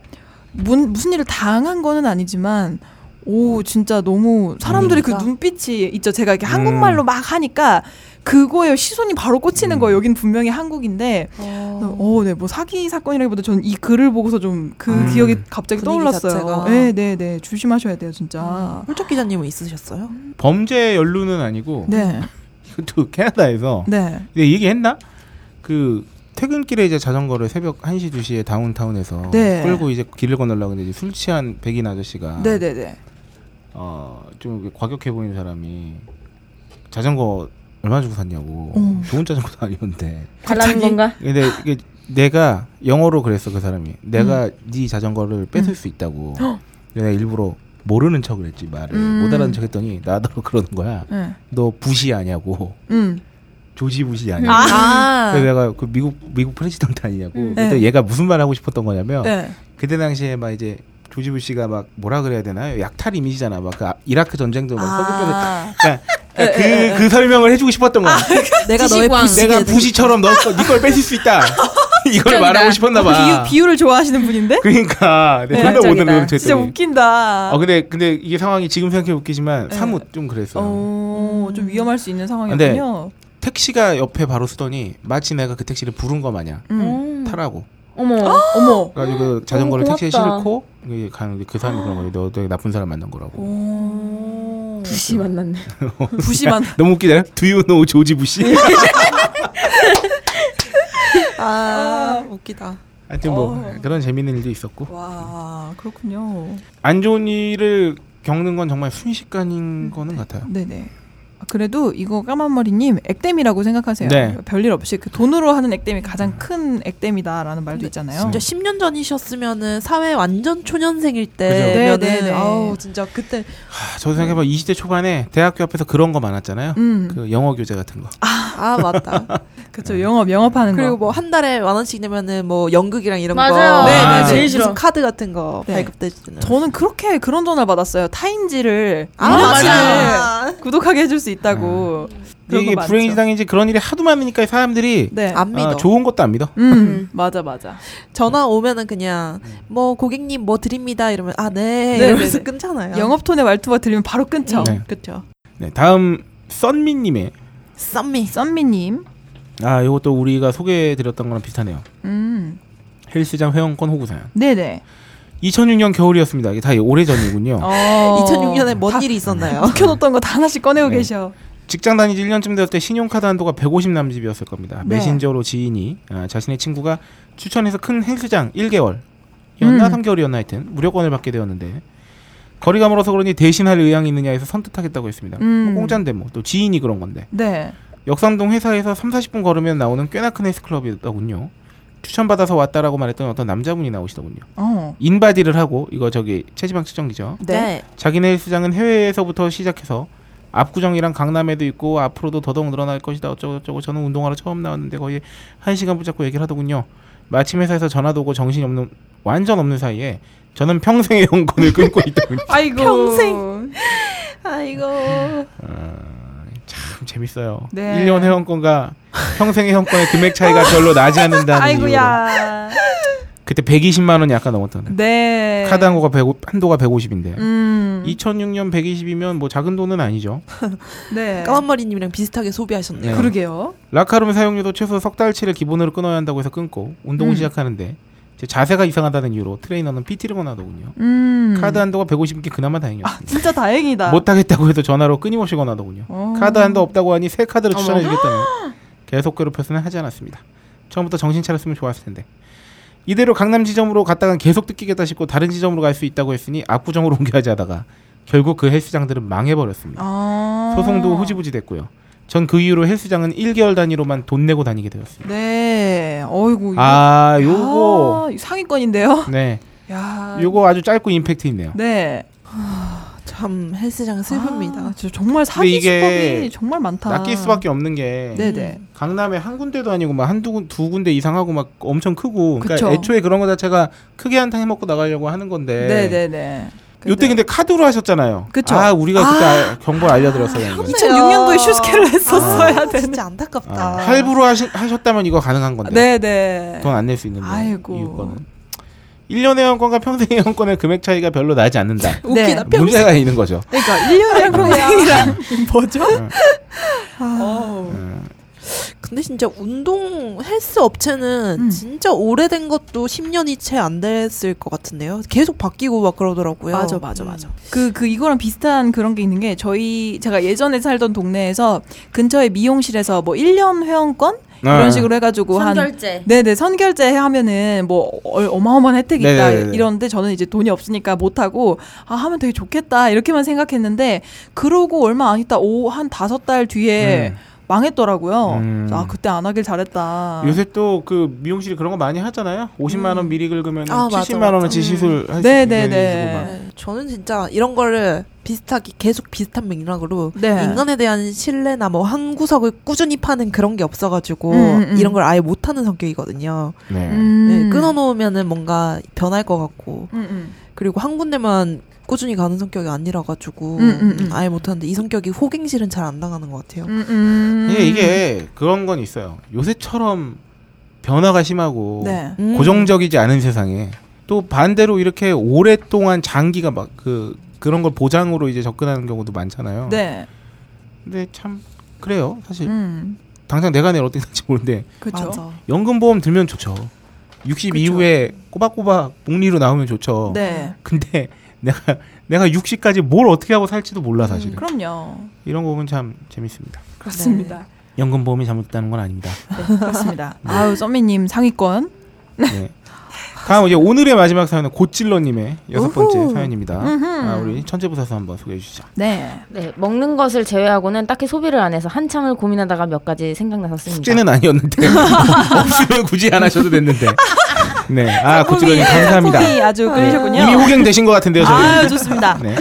E: 문, 무슨 일을 당한 거는 아니지만 오 진짜 너무 사람들이 그
F: 분위기가?
E: 눈빛이 있죠 제가 이렇게
D: 음.
E: 한국말로 막 하니까 그거에 시선이 바로 꽂히는
D: 음.
E: 거예요 여긴 분명히 한국인데 어네 뭐 사기 사건이라기보다 저는 이 글을 보고서 좀 그
D: 음.
E: 기억이 갑자기
F: 분위기
E: 떠올랐어요
F: 자체가.
E: 네네네 조심하셔야 돼요 진짜
F: 홀쩍 아, 기자님은 있으셨어요?
D: 범죄 연루는 아니고
E: 네네
D: 이것도
E: 네,
D: 캐나다에서 근데 네, 얘기했나? 그 퇴근길에 이제 자전거를 새벽 1시 2시에 다운타운에서
E: 네.
D: 끌고 이제 길을 건너려고 했는데 이제 술 취한 백인 아저씨가
E: 네네네
D: 어좀 과격해 보이는 사람이 자전거 얼마 주고 샀냐고
E: 어.
D: 좋은 자전거도 아니었는데
G: 달라는 건가?
D: 근데 이게 내가 영어로 그랬어 그 사람이 내가
E: 음.
D: 네 자전거를 뺏을 수 있다고 내가 일부러 모르는 척을 했지 말을
E: 음.
D: 못 알아듣는 척 했더니 나더러 그러는 거야
E: 네.
D: 너 부시 아냐고
E: 음.
D: 조지 부시 아냐고
F: 아,
D: 그래서 내가 그 미국 미국 프레지던트 아니냐고.
G: 음.
D: 그때
E: 어. 네.
D: 얘가 무슨 말 하고 싶었던 거냐면
E: 네.
D: 그때 당시에 막 이제 조지 부시가 막 뭐라 그래야 되나요? 약탈 이미지잖아. 막 그 이라크 전쟁도 막
F: 아.
E: 아.
D: 서구편에 그러니까
E: 네,
D: 그러니까 그, 그 설명을 해주고 싶었던
E: 아,
D: 거야.
F: 내가 너의
G: 지식왕.
F: 부시
D: 내가 부시처럼 너걸 뺏을 수 있다. 이걸
G: 걱정이다.
D: 말하고 싶었나 봐.
E: 어, 비유, 비유를 좋아하시는 분인데
D: 그러니까
E: 네,
D: 내가
G: 걱정이다.
D: 오늘 노력
E: 진짜
D: 했더니.
E: 웃긴다
D: 어 근데 근데 이게 상황이 지금 생각해 웃기지만
E: 네.
D: 사뭇 좀 그랬어요.
E: 어, 좀 위험할
D: 아, 네.
E: 수 있는
D: 근데
E: 상황이었군요.
D: 택시가 옆에 바로 서더니 마치 내가 그 택시를 부른 거 마냥
E: 음.
D: 타라고.
G: 어. 어머.
E: 어머.
D: 그래가지고 그 자전거를
G: 너무
D: 택시에
G: 고맙다.
D: 싣고 이게 가는데 그 사람이 그런 거예요. 너 되게 나쁜 사람 만난 거라고.
E: 오.
G: 부시 만났네.
E: 어, 부심한.
D: 너무 웃기네. 두유 노 조지 부시.
F: 아, 웃기다.
D: 하여튼 뭐
E: 어.
D: 그런 재밌는 일도 있었고
F: 아,
E: 와 그렇군요.
D: 안 좋은 일을 겪는 건 정말 순식간인 거는 같아요.
E: 네네. 아, 그래도 이거 까만머리님 액땜이라고 생각하세요.
D: 네.
E: 별일 없이 그 돈으로 하는 액땜이 가장 큰 액땜이다라는 말도
F: 근데
E: 있잖아요.
D: 진짜
F: 진짜 10년 전이셨으면은 사회 완전 초년생일
D: 그죠.
E: 네,
F: 때면은
E: 네, 네.
F: 아우 진짜 그때
D: 아, 저도 생각해봐 20대 초반에 대학교 앞에서 그런 거 많았잖아요.
E: 음.
D: 그 네. 영어 교재 같은 거.
F: 아 맞다.
E: 그렇죠. 영업 영업하는
F: 그리고
E: 거.
F: 뭐 한 달에 만 원씩 내면은 뭐 연극이랑 이런
G: 맞아요.
F: 거.
D: 네, 네,
F: 무슨
G: 제일 싫어.
F: 카드 같은 거
E: 네.
F: 발급돼 주는.
E: 저는 그렇게 그런 전화를 받았어요. 타인지를
F: 아,
E: 인원지를
F: 맞아요.
E: 구독하게 해줄 수 있다고. 그런
D: 네. 이게
E: 거 많죠.
D: 불행지당인지 그런 일이 하도 많으니까 사람들이
E: 네.
F: 안 믿어.
D: 아, 좋은 것도 안 믿어.
E: 음 맞아 맞아.
F: 전화 오면은 그냥
D: 음.
F: 뭐 고객님 뭐 드립니다 이러면 아 네
E: 네,
F: 이러면서
E: 네, 네.
F: 끊잖아요.
E: 영업 톤의 말투가 들리면 바로 끊죠.
D: 네.
E: 그렇죠.
D: 네, 다음 썬미님의
F: 썸미.
E: 썬미님.
D: 아 이것도 우리가 소개해드렸던 거랑 비슷하네요.
E: 음
D: 헬스장 회원권 호구 사연.
E: 네네.
D: 2006년 겨울이었습니다. 이게 다 오래 전이군요.
E: 어.
F: 2006년에 뭔
E: 다
F: 일이 있었나요?
E: 묵혀뒀던 거 다 하나씩 꺼내고
D: 네.
E: 계셔.
D: 직장 다닌 지 1년쯤 되었을 때 신용카드 한도가 150 남짓이었을 겁니다.
E: 네.
D: 메신저로 지인이 아, 자신의 친구가 추천해서 큰 헬스장 1개월이었나
E: 음.
D: 3개월이었나 하여튼 무료권을 받게 되었는데 거리가 멀어서 그러니 대신할 의향이 있느냐 해서 선뜻하겠다고 했습니다.
E: 음.
D: 뭐 공짜인데 뭐 또 지인이 그런 건데
E: 네.
D: 역삼동 회사에서 3, 40분 걸으면 나오는 꽤나 큰 헬스클럽이었더군요. 추천받아서 왔다라고 말했던 어떤 남자분이 나오시더군요.
E: 어.
D: 인바디를 하고 이거 저기 체지방 측정기죠. 자기네 헬스장은 해외에서부터 시작해서 압구정이랑 강남에도 있고 앞으로도 더더욱 늘어날 것이다 어쩌고저쩌고 저는 운동하러 처음 나왔는데 거의 한 시간 붙잡고 얘기를 하더군요. 마침 회사에서 전화도 오고 정신이 없는 완전 없는 사이에 저는 평생의 영권을 끊고 있더군요.
E: 아이고.
F: 평생. 아이고.
D: 아, 참 재밌어요.
E: 네.
D: 1년 회원권과 평생의 회원권의 금액 차이가 별로 나지 않는다는 이유로
E: 아이고야.
D: 그때 120만 원이 아까 넘었던
E: 네.
D: 카드 한도가 150, 한도가 150인데
E: 음.
D: 2006년 120이면 뭐 작은 돈은 아니죠.
E: 네.
F: 까만머리님이랑 비슷하게 소비하셨네요.
D: 네.
E: 그러게요.
D: 라카룸 사용료도 최소 석 달치를 기본으로 끊어야 한다고 해서 끊고 운동을
E: 음.
D: 시작하는데 제 자세가 이상하다는 이유로 트레이너는 PT를 권하더군요.
E: 음. 아,
D: 카드 한도가 150개 그나마 다행이었습니다.
E: 진짜 다행이다.
D: 못하겠다고 해도 전화로 끊임없이 권하더군요.
E: 어.
D: 카드 한도 없다고 하니 새 카드를 추천해주겠다며 계속 괴롭혀서는 하지 않았습니다. 처음부터 정신 차렸으면 좋았을 텐데 이대로 강남 지점으로 갔다간 계속 뜯기겠다 싶고 다른 지점으로 갈 수 있다고 했으니 압구정으로 옮겨야지 하다가 결국 그 헬스장들은 망해버렸습니다.
E: 아.
D: 소송도 후지부지 됐고요. 전 그 이후로 헬스장은 1개월 단위로만 돈 내고 다니게 되었습니다.
E: 네. 어이구. 이거-
D: 아, 요거.
E: 아, 이거 상위권인데요.
D: 네.
E: 야.
D: 요거 아주 짧고 임팩트 있네요.
E: 네.
F: 참 헬스장은 슬픕니다.
E: 아, 진짜
D: 근데
E: 정말 사기
D: 이게
E: 수법이 정말 많다.
D: 낚일 수밖에 없는 게
E: 네네.
D: 강남에 한 군데도 아니고 막 한두 군- 두 군데 이상 하고 막 엄청 크고 그러니까
E: 그쵸.
D: 애초에 그런 거 자체가 크게 한탕 해먹고 나가려고 하는 건데
E: 네, 네, 네.
D: 요때 근데 카드로 하셨잖아요.
E: 그쵸. 아,
D: 아 우리가 그때 알- 정보를 알려드렸어야 했는데
E: 2006년도에 슈스케를 했었어야
F: 아,
E: 되는.
F: 진짜 안타깝다.
D: 아, 할부로 하시, 하셨다면 이거 가능한 건데
E: 네, 네.
D: 돈 안 낼 수 있는데 뭐
E: 아이고.
D: 이유권은 1년의 회원권과 평생의 회원권의 금액 차이가 별로 나지 않는다.
E: 네.
F: 웃기다. 평
D: 문제가 있는 거죠.
E: 그러니까 1년에 평생이랑 뭐죠?
D: 네. 음,
F: 근데 진짜 운동 헬스 업체는
E: 음.
F: 진짜 오래된 것도 10년이 채 안 됐을 것 같은데요. 계속 바뀌고 막 그러더라고요.
E: 맞아, 맞아, 맞아.
F: 음.
E: 그, 그, 이거랑 비슷한 그런 게 있는 게, 저희, 제가 예전에 살던 동네에서 근처에 미용실에서 뭐 1년 회원권?
D: 아.
E: 이런 식으로 해가지고 한.
G: 선결제.
E: 네네, 선결제 하면은 뭐 어- 어마어마한 혜택이 있다.
D: 네네네네.
E: 이러는데 저는 이제 돈이 없으니까 못하고, 아, 하면 되게 좋겠다. 이렇게만 생각했는데, 그러고 얼마 안 있다, 오, 한 다섯 달 뒤에
D: 음.
E: 망했더라고요.
D: 음.
E: 아, 그때 안 하길 잘했다.
D: 요새 또 그 미용실이 그런 거 많이 하잖아요. 50만
E: 음.
D: 원 미리 긁으면
F: 아, 맞아,
D: 70만 원어치
F: 맞아.
D: 시술 할수
E: 네,
D: 있는
E: 네,
D: 이런 식으로
E: 네.
D: 막.
F: 네, 저는 진짜 이런 거를 비슷하게 계속 비슷한 맥락으로
E: 네.
F: 인간에 대한 신뢰나 뭐 한 구석을 꾸준히 파는 그런 게 없어가지고
E: 음, 음.
F: 이런 걸 아예 못하는 성격이거든요.
D: 네.
F: 네,
E: 음.
F: 끊어놓으면은 뭔가 변할 것 같고
E: 음, 음.
F: 그리고 한 군데만 꾸준히 가는 성격이 아니라 가지고
E: 음, 음, 음.
F: 아예 못하는데 이 성격이 호갱실은 잘 안 당하는 것 같아요.
E: 음, 음.
D: 근데 이게 그런 건 있어요. 요새처럼 변화가 심하고
E: 네.
F: 음.
D: 고정적이지 않은 세상에 또 반대로 이렇게 오랫동안 장기가 막 그 그런 걸 보장으로 이제 접근하는 경우도 많잖아요.
E: 네.
D: 근데 참 그래요. 사실
E: 음.
D: 당장 내가 내일 어떻게 될지 모르는데
E: 그렇죠.
F: 맞아.
D: 연금보험 들면 좋죠. 60 이후에 꼬박꼬박 복리로 나오면 좋죠.
E: 네.
D: 근데 내가 내가 60까지 뭘 어떻게 하고 살지도 몰라 사실은.
E: 음, 그럼요.
D: 이런 거 보면 참 재밌습니다.
E: 그렇습니다.
D: 연금 보험이 잘못됐다는 건 아닙니다.
E: 네, 그렇습니다. 아유, 썸미님 상위권.
D: 네. 다음 이제 오늘의 마지막 사연은 고찔러님의 여섯 번째
E: 우후.
D: 사연입니다.
E: 음흠.
D: 아, 우리 천재부사서 한번 소개해 주시죠.
E: 네.
G: 네, 먹는 것을 제외하고는 딱히 소비를 안 해서 한참을 고민하다가 몇 가지 생각나서 씁니다.
D: 숙제는 아니었는데 없으면 굳이 안 하셔도 됐는데. 네, 아 고찔러님 감사합니다. 네.
E: 상품이 아주 그러셨군요.
D: 이미 호갱 되신 것 같은데요, 저희.
E: 아유, 좋습니다.
D: 네.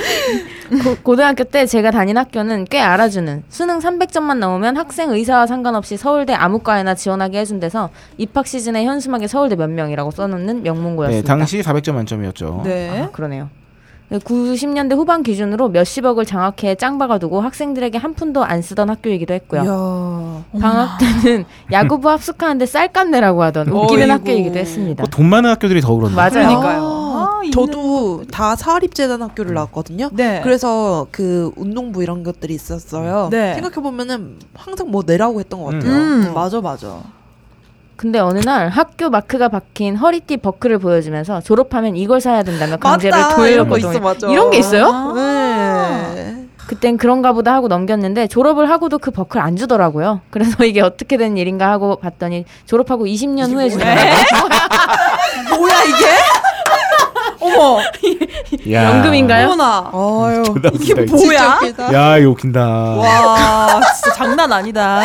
G: 고, 고등학교 때 제가 다닌 학교는 꽤 알아주는 수능 300점만 넘으면 학생 의사와 상관없이 서울대 아무 과에나 지원하게 해준 데서 입학 시즌에 현수막에 서울대 몇 명이라고 써놓는
D: 네,
G: 명문고였습니다.
D: 당시 400점 만점이었죠.
E: 네.
G: 아, 그러네요. 90년대 후반 기준으로 몇십억을 장학회에 짱박아두고 학생들에게 한 푼도 안 쓰던 학교이기도 했고요.
F: 이야.
G: 방학 때는 야구부 합숙하는데 쌀값 내라고 하던 웃기는
E: 어이구.
G: 학교이기도 했습니다.
D: 뭐돈 많은 학교들이 더 그런다.
G: 맞아요.
E: 그러니까요.
F: 아,
E: 아, 있는-
F: 저도 다 사립재단 학교를 나왔거든요.
E: 네.
F: 그래서 그 운동부 이런 것들이 있었어요.
E: 네.
F: 생각해 보면은 항상 뭐 내라고 했던 것 같아요. 어.
E: 음, 맞아, 맞아.
G: 근데 어느 날 학교 마크가 박힌 허리띠 버클을 보여주면서 졸업하면 이걸 사야 된다며 강제로
F: 맞다
G: 도일로
F: 이런 거
G: 거동해.
F: 있어 맞아.
G: 뭐 이런 게 있어요?
E: 아,
F: 네.
G: 그땐 그런가 보다 하고 넘겼는데 졸업을 하고도 그 버클 안 주더라고요. 그래서 이게 어떻게 된 일인가 하고 봤더니 졸업하고 20년 후에 주더라고요.
D: 네.
E: 뭐야, 이게? 어머,
F: 네?
D: 야.
G: 연금인가요?
E: 어머나.
F: 아유.
D: 존나 웃기다, 이거.
E: 뭐야?
F: 진짜 웃기다.
D: 야, 이거 웃긴다.
E: 와,
D: 네.
E: 진짜 장난 아니다.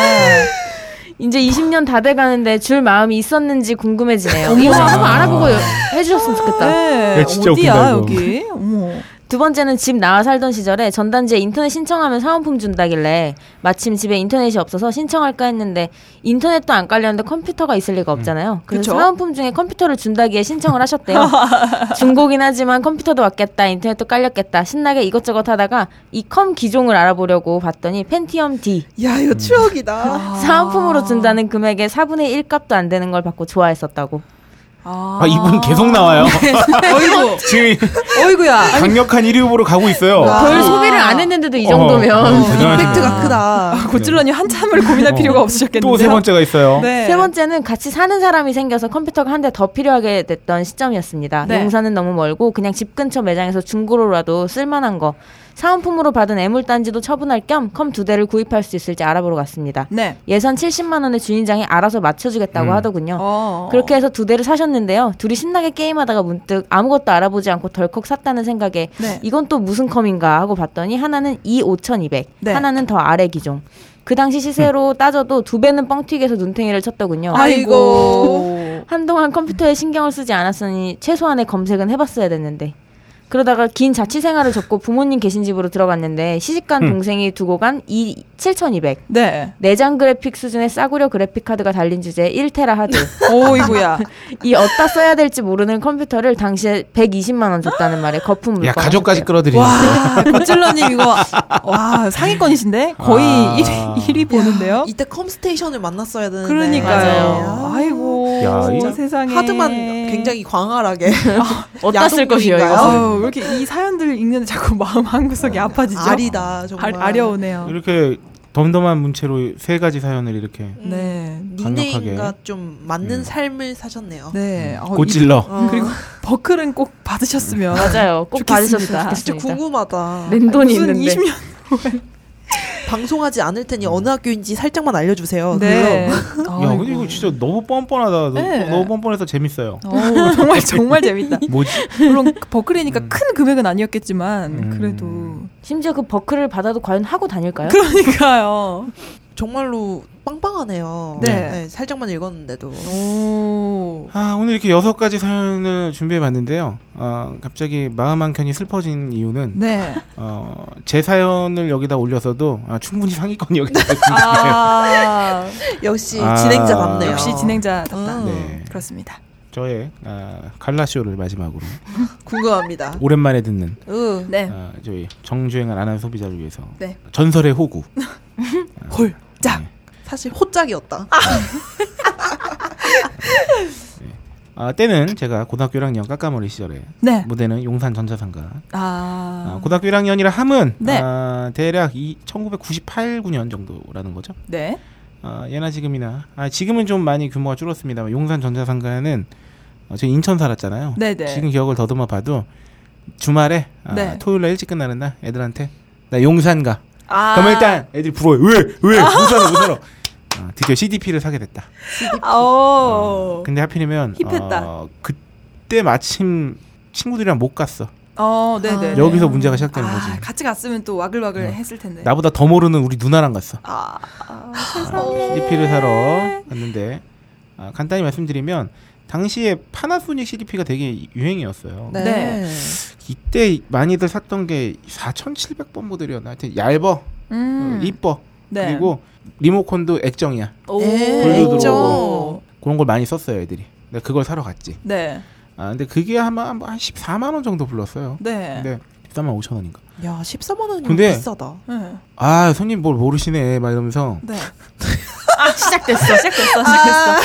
G: 이제 20년 다 돼가는데 줄 마음이 있었는지 궁금해지네요. 이거 한번 알아보고 여- 해주셨으면 좋겠다.
E: 네.
D: 야, 진짜
E: 어디야,
D: 웃긴다, 이거.
E: 여기? 어머.
G: 두 번째는 집 나와 살던 시절에 전단지에 인터넷 신청하면 사은품 준다길래 마침 집에 인터넷이 없어서 신청할까 했는데 인터넷도 안 깔렸는데 컴퓨터가 있을 리가 없잖아요. 그래서
E: 그쵸?
G: 사은품 중에 컴퓨터를 준다기에 신청을 하셨대요. 중고긴 하지만 컴퓨터도 왔겠다, 인터넷도 깔렸겠다, 신나게 이것저것 하다가 이 컴 기종을 알아보려고 봤더니 펜티엄 D
F: 야 이거 추억이다.
E: 아.
G: 사은품으로 준다는 금액의 4분의 1 값도 안 되는 걸 받고 좋아했었다고.
E: 아,
D: 아, 이분 계속 나와요.
E: 어이구,
D: 지금
E: 어이구야.
D: 강력한 1위 후보로 가고 있어요.
F: 와.
G: 별 소비를 안 했는데도 이
D: 어,
G: 정도면.
D: 어, 대단하시네.
F: 팩트가 크다.
E: 고찔러니 한참을 고민할
D: 어.
E: 필요가 없으셨겠는데요.
D: 또 세 번째가 있어요.
E: 네.
G: 세 번째는 같이 사는 사람이 생겨서 컴퓨터가 한 대 더 필요하게 됐던 시점이었습니다.
E: 네.
G: 용산은 너무 멀고 그냥 집 근처 매장에서 중고로라도 쓸만한 거 사은품으로 받은 애물단지도 처분할 겸 컴 두 대를 구입할 수 있을지 알아보러 갔습니다.
E: 네.
G: 예산 70만 원에 주인장이 알아서 맞춰주겠다고
D: 음.
G: 하더군요.
E: 어.
G: 그렇게 해서 두 대를 사셨는데요. 둘이 신나게 게임하다가 문득 아무것도 알아보지 않고 덜컥 샀다는 생각에
E: 네.
G: 이건 또 무슨 컴인가 하고 봤더니 하나는 2 5,200,
E: 네.
G: 하나는 더 아래 기종. 그 당시 시세로 따져도 두 배는 뻥튀기해서 눈탱이를 쳤더군요.
E: 아이고.
G: 한동안 컴퓨터에 신경을 쓰지 않았으니 최소한의 검색은 해봤어야 됐는데 그러다가 긴 자취 생활을 접고 부모님 계신 집으로 들어갔는데 시집간
D: 음.
G: 동생이 두고 간 이 7,200.
E: 네.
G: 내장 그래픽 수준의 싸구려 그래픽 카드가 달린 주제에 1테라 하드.
E: 오이구야.
F: 네.
G: 이 어디다 써야 될지 모르는 컴퓨터를 당시에 120만 원 줬다는 말에 거품 물고
D: 야, 가족까지 끌어들이네.
E: 와, 고찔러님 이거 와 상위권이신데 거의
D: 아.
E: 1위, 1위 보는데요.
F: 이때 컴스테이션을 만났어야 되는데.
E: 그러니까요.
F: 아유.
E: 어? 아이고
D: 야,
E: 진짜
D: 이거
E: 세상에
F: 네. 하드만 굉장히 광활하게.
G: 어디다 쓸 것이요
F: 야동용인가요?
G: 이거
E: 아유, 왜 이렇게 이 사연들 읽는데 자꾸 마음 한 구석이 아파지죠.
F: 아리다
E: 아,
F: 정말.
E: 아려우네요.
D: 이렇게 덤덤한 문체로 세 가지 사연을 이렇게
E: 네,
D: 강력하게.
F: 닉네임과 좀 맞는
D: 음.
F: 삶을 사셨네요.
E: 네. 어,
D: 고찔러.
E: 이- 그리고 버클은 꼭 받으셨으면
G: 맞아요. 꼭
E: 좋겠습니다.
G: 받으셨으면
F: 진짜
G: 좋겠습니다.
F: 궁금하다.
G: 낸 돈이
E: 무슨
G: 있는데.
E: 20년
F: 방송하지 않을 테니
D: 음.
F: 어느 학교인지 살짝만 알려주세요.
E: 네.
D: 야, 근데 이거 진짜 너무 뻔뻔하다.
E: 네.
D: 너, 무 뻔뻔해서 재밌어요.
E: 어, 정말 정말 재밌다.
D: 뭐지?
E: 물론 버클이니까 큰 금액은 아니었겠지만
D: 음.
E: 그래도
G: 심지어 그 버클을 받아도 과연 하고 다닐까요?
E: 그러니까요.
F: 정말로 빵빵하네요.
E: 네.
F: 살짝만 읽었는데도.
E: 오.
D: 아, 오늘 이렇게 여섯 가지 사연을 준비해 봤는데요. 아, 갑자기 마음 한 켠이 슬퍼진 이유는
E: 네.
D: 어, 제 사연을 여기다 올려서도 아, 충분히 상위권이 여기 있습니다.
E: 아,
F: 역시
D: 아,
F: 진행자 같네요.
E: 역시 진행자답다.
F: 음.
D: 네.
E: 그렇습니다.
D: 저의 아, 갈라쇼를 마지막으로
F: 궁금합니다.
D: 오랜만에 듣는
F: 으.
E: 네.
D: 아, 저희 정주행을 안 한 소비자를 위해서
E: 네.
D: 전설의 호구 네.
E: 홀. 짝.
F: 사실 호짝이었다.
D: 아, 때는 제가 고등학교 1학년 까까머리 시절에
E: 네.
D: 무대는 용산 전자상가
E: 아.
D: 아, 고등학교 1학년이라 함은
E: 네.
D: 아, 대략 이 1998, 9년 정도라는 거죠.
E: 네.
D: 아, 예나 지금이나 아, 지금은 좀 많이 규모가 줄었습니다만 용산 전자상가는 어, 제가 인천 살았잖아요.
E: 네네.
D: 지금 기억을 더듬어 봐도 주말에 아,
E: 네.
D: 토요일 날 일찍 끝나는 날 애들한테 나 용산 가.
E: 아,
D: 그러면 일단 애들이 부러워요. 왜? 왜? 못 살아 못 살아. 어, 드디어 CDP를 사게 됐다.
E: 아, 어.
D: 근데 하필이면
E: 힙했다.
D: 어, 그때 마침 친구들이랑 못 갔어.
E: 어, 네네.
D: 여기서 문제가 시작되는
E: 아,
D: 거지. 어.
E: 같이 갔으면 또 와글와글 했을 텐데.
D: 나보다 더 모르는 우리 누나랑 갔어.
E: 네. 아, 아,
D: c d p 를 사러 갔는데 아, 간단히 말씀드리면 당시에 파나소닉 CDP가 되게 유행이었어요.
E: 네.
D: 이때 많이들 샀던 게 4,700번 모델이었나 하여튼 얇어,
E: 음.
D: 어, 이뻐
E: 네.
D: 그리고 리모컨도 액정이야.
E: 오,
F: 네,
D: 골드
F: 들어오고.
D: 그런 걸 많이 썼어요 애들이. 근데 그걸 사러 갔지.
E: 네.
D: 아 근데 그게 아마 한 14만 원 정도 불렀어요.
E: 네.
D: 근데 14만 5천 원인가.
F: 야, 14만 원이면
D: 근데-
F: 비싸다.
E: 네.
D: 아 손님 뭘 모르시네 막 이러면서
E: 네. 아, 시작됐어. 시작됐어. 시작됐어.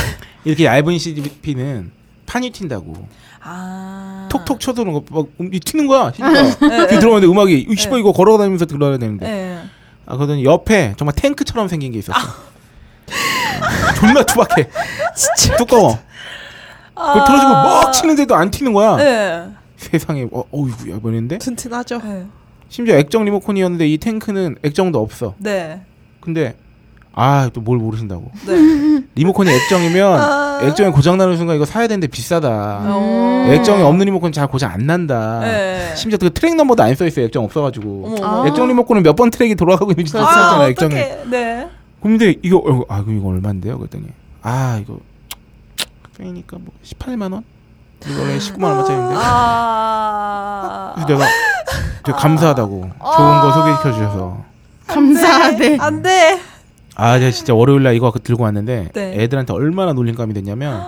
D: 이렇게 얇은 CDP는 판이 튄다고
E: 아.
D: 톡톡 쳐드는 거막 음, 튀는 거야 CD가
E: 네.
D: 그 들어오는데 음악이 이
E: 네.
D: 씨발 이거 걸어다니면서 들어야 되는데
E: 네.
D: 아 그러더니 옆에 정말 탱크처럼 생긴 게 있었어 아. 존나 투박해 진짜 두꺼워 그걸 틀어주고 막 치는데도 안 튀는 거야
E: 아. 네.
D: 세상에 어, 어이구 야변인데
F: 튼튼하죠.
E: 네.
D: 심지어 액정 리모컨이었는데 이 탱크는 액정도 없어
E: 네.
D: 근데 아 또 뭘 모르신다고
E: 네. 아.
D: 리모컨이 액정이면 액정이 고장나는 순간 이거 사야 되는데 비싸다
E: 어.
D: 액정이 없는 리모컨 잘 고장 안 난다.
E: 네.
D: 심지어 그 트랙 넘버도 안 써 있어요. 액정 없어가지고.
E: 어머, 어머.
D: 액정 리모컨은 몇 번 트랙이 돌아가고 있는지
E: 아,
D: 모르잖아
E: 어떡해.
D: 그렇죠, 액정에.
E: 네.
D: 근데 이거 어, 아 그럼 이거 얼마인데요? 그랬더니 아 이거 빼니까 뭐 18만 원? 이거 원래 19만 원짜리인데.
E: 아.
D: 그래서 내가 되게 감사하다고 좋은 거 소개시켜 주셔서.
A: 감사하대.
E: 네. 안 돼.
D: 아 제가 진짜 월요일 날 이거 아까 들고 왔는데
E: 네.
D: 애들한테 얼마나 놀림감이 됐냐면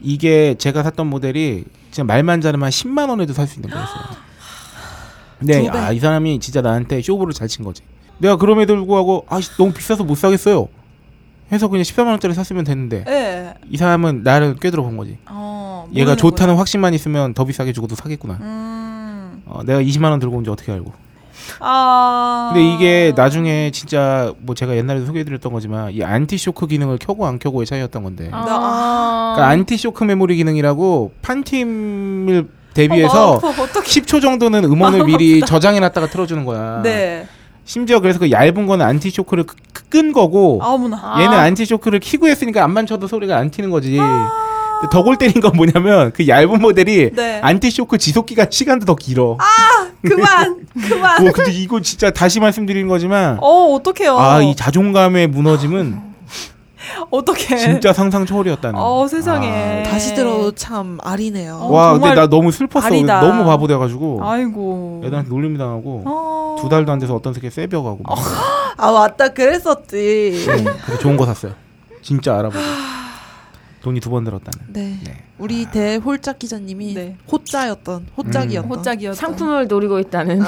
D: 이게 제가 샀던 모델이 진짜 말만 잘하면 한 10만 원에도 살 수 있는 거였어요. 근데
E: 두 배.
D: 아이 사람이 진짜 나한테 쇼부를 잘 친 거지. 내가 그럼에도 불구하고 아 씨, 너무 비싸서 못 사겠어요. 해서 그냥 14만 원짜리 샀으면 됐는데
E: 네.
D: 이 사람은 나를 꿰들어 본 거지.
E: 어.
D: 얘가
E: 모르는구나.
D: 좋다는 확신만 있으면 더 비싸게 주고도 사겠구나.
E: 음.
D: 어, 내가 20만 원 들고 온 줄 어떻게 알고?
E: 아.
D: 근데 이게 나중에 진짜 뭐 제가 옛날에도 소개해드렸던 거지만 이 안티 쇼크 기능을 켜고 안 켜고의 차이였던 건데.
E: 나- 아.
D: 그러니까 안티 쇼크 메모리 기능이라고 판 팀을
E: 어,
D: 대비해서
E: 마음 아파. 어떡해.
D: 10초 정도는 음원을 미리 저장해놨다가 틀어주는 거야.
E: 아, 네.
D: 심지어 그래서 그 얇은 거는 안티 쇼크를 끄- 끄- 끈 거고
E: 아무나.
D: 얘는 안티 쇼크를 키고 했으니까 안만 쳐도 소리가 안 튀는 거지. 더 골 때린 건 뭐냐면 그 얇은 모델이
E: 아. 네. 아.
D: 안티 쇼크 지속 기간 시간도 더 길어.
E: 그만. 그만.
D: 와, 근데 이거 진짜 다시 말씀드리는 거지만
E: 어, 어떡해요.
D: 뭐 아 이 자존감의 무너짐은
E: 어떡해.
D: 진짜 상상 초월이었다는.
E: 네.
D: 아.
E: 어, 세상에.
D: 네.
F: 다시 들어도 참 아리네요.
E: 어.
D: 와
E: 정말
D: 근데 나 너무 슬펐어
E: 아리다.
D: 너무 바보 돼가지고
E: 아이고.
D: 애들한테 놀림 당하고
E: 어.
D: 두 달도 안 돼서 어떤 새끼 세벼가고 막.
F: 아, 맞다. 그랬었지.
D: 네, 그래서 좋은 거 샀어요 진짜 알아보고 돈이 두 번 들었다는
F: 네.
D: 네. 음.
F: 우리 대홀짝 기자님이
E: 네.
F: 호짜였던 호짝이었던
E: 호짝이었다.
G: 상품을 노리고 있다는
D: 요,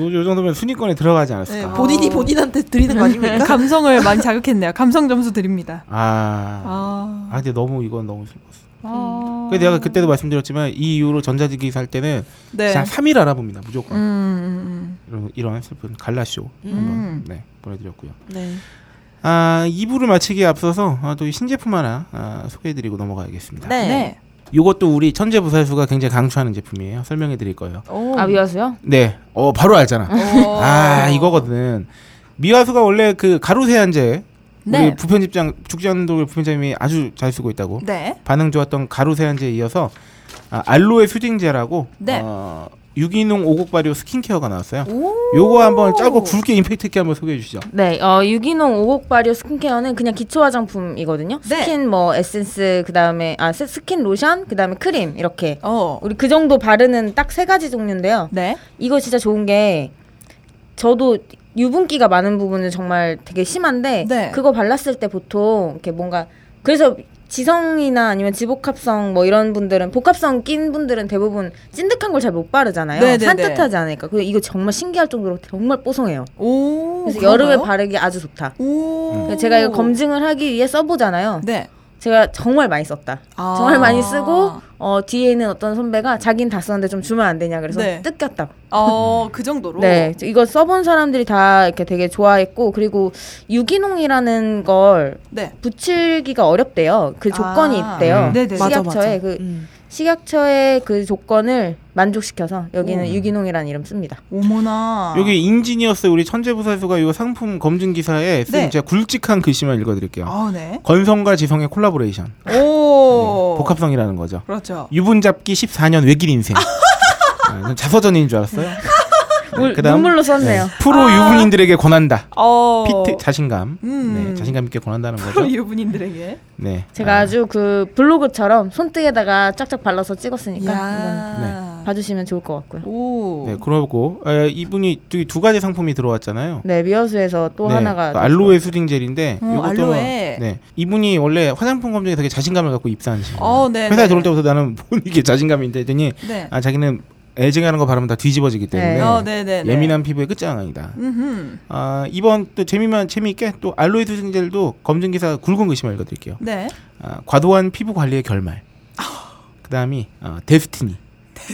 D: 요 정도면 순위권에 들어가지
F: 네,
D: 않았을까
F: 본인이 본인한테 드리는 거 아닙니까?
E: 네, 감성을 많이 자극했네요. 감성 점수 드립니다.
D: 아...
E: 아.
D: 아 근데 너무 이건 너무 슬펐어
E: 아.
D: 그래서 내가 그때도 말씀드렸지만 이 이후로 전자기기 살 때는
E: 네.
D: 진짜 3일 알아봅니다 무조건
E: 음.
D: 이런, 이런 슬픈 갈라쇼
E: 음.
D: 한번 네, 보내드렸고요
F: 네.
D: 아 2부를 마치기에 앞서서 아, 또이 신제품 하나 아, 소개해드리고 넘어가야겠습니다
E: 네. 네.
D: 이것도 우리 천재 부사수가 굉장히 강추하는 제품이에요. 설명해 드릴 거예요.
E: 오.
G: 아 위아수요?
D: 네, 어 바로 알잖아.
E: 오.
D: 아 이거거든. 미화수가 원래 그 가루 세안제
E: 네.
D: 우리 부편집장 죽지않는도 부편장님이 아주 잘 쓰고 있다고
E: 네.
D: 반응 좋았던 가루 세안제에 이어서 아, 알로에 수딩제라고
E: 네.
D: 어, 유기농 오곡 발효 스킨케어가 나왔어요.
E: 오.
D: 요거 한번 짧고 굵게 임팩트 있게 한번 소개해 주시죠.
G: 네, 어, 유기농 오곡 발효 스킨케어는 그냥 기초 화장품이거든요.
E: 네.
G: 스킨 뭐 에센스 그다음에 아 스- 스킨 로션 그다음에 크림 이렇게
E: 어.
G: 우리 그 정도 바르는 딱 세 가지 종류인데요.
E: 네.
G: 이거 진짜 좋은 게 저도 유분기가 많은 부분은 정말 되게 심한데
E: 네.
G: 그거 발랐을 때 보통 이렇게 뭔가 그래서 지성이나 아니면 지복합성 뭐 이런 분들은 복합성 낀 분들은 대부분 찐득한 걸 잘 못 바르잖아요.
E: 네네네.
G: 산뜻하지 않으니까. 그리고 이거 정말 신기할 정도로 정말 뽀송해요.
E: 오.
G: 그래서 그러니까
E: 그런가요?
G: 여름에 바르기 아주 좋다.
E: 오.
G: 제가 이거 검증을 하기 위해 써보잖아요.
E: 네.
G: 제가 정말 많이 썼다.
E: 아.
G: 정말 많이 쓰고 어, 뒤에 있는 어떤 선배가 자기는 다 썼는데 좀 주면 안 되냐 그래서
E: 네.
G: 뜯겼다.
E: 어, 그 정도로.
G: 네, 이거 써본 사람들이 다 이렇게 되게 좋아했고 그리고 유기농이라는 걸
E: 네.
G: 붙이기가 어렵대요. 그 조건이
E: 아.
G: 있대요.
D: 음.
E: 네네.
G: 맞아, 식약처에 그
F: 음.
G: 식약처의 그 조건을 만족시켜서 여기는
E: 오.
G: 유기농이라는 이름 씁니다.
E: 오모나.
D: 여기 인지니어스 우리 천재부사수가 이 상품 검증 기사에 쓴
E: 네.
D: 제가 굵직한 글씨만 읽어드릴게요.
E: 아, 네.
D: 건성과 지성의 콜라보레이션.
E: 오.
D: 네, 복합성이라는 거죠.
E: 그렇죠.
D: 유분 잡기 14년 외길 인생. 아, 전 자서전인 줄 알았어요. 네,
G: 물-
D: 그다음,
G: 눈물로 썼네요.
D: 네, 프로 유분인들에게 권한다.
E: 어.
D: 피트 자신감.
E: 아. 음.
D: 네, 자신감 있게 권한다는 거죠.
E: 프로 유부님들에게.
D: 네.
G: 제가
D: 아,
G: 아. 주그 블로그처럼 손등에다가 쫙쫙 발라서
E: 그러니까
G: 찍었으니까 이건
E: 야.
G: 봐주시면 좋을 것 같고요.
E: 오.
D: 네, 그러고 에, 이분이 저기 두 가지 상품이 들어왔잖아요.
G: 네, 미어수에서 또
D: 네,
G: 하나가
D: 그 알로에 수딩 젤인데
E: 어,
D: 이것도
E: 알로에.
D: 네. 이분이 원래 화장품 검증에 되게 자신감을 갖고 입사한 시
E: 어, 네.
D: 회사에
E: 네.
D: 들어올 때부터 나는 뭔 이게 자신감인데 했더니
E: 네.
D: 아 자기는 애증하는 거 바르면 다 뒤집어지기 때문에
G: 네.
E: 어, 네, 네. 네.
D: 예민한 피부의 끝장이다.
E: 음.
D: 아, 이번 또 재미만 재미있게 또 알로에 수딩 젤도 검증 기사 굵은 글씨만 읽어드릴게요.
E: 네.
D: 아, 과도한 피부 관리의 결말.
E: 아.
D: 그다음이 어, 데스티니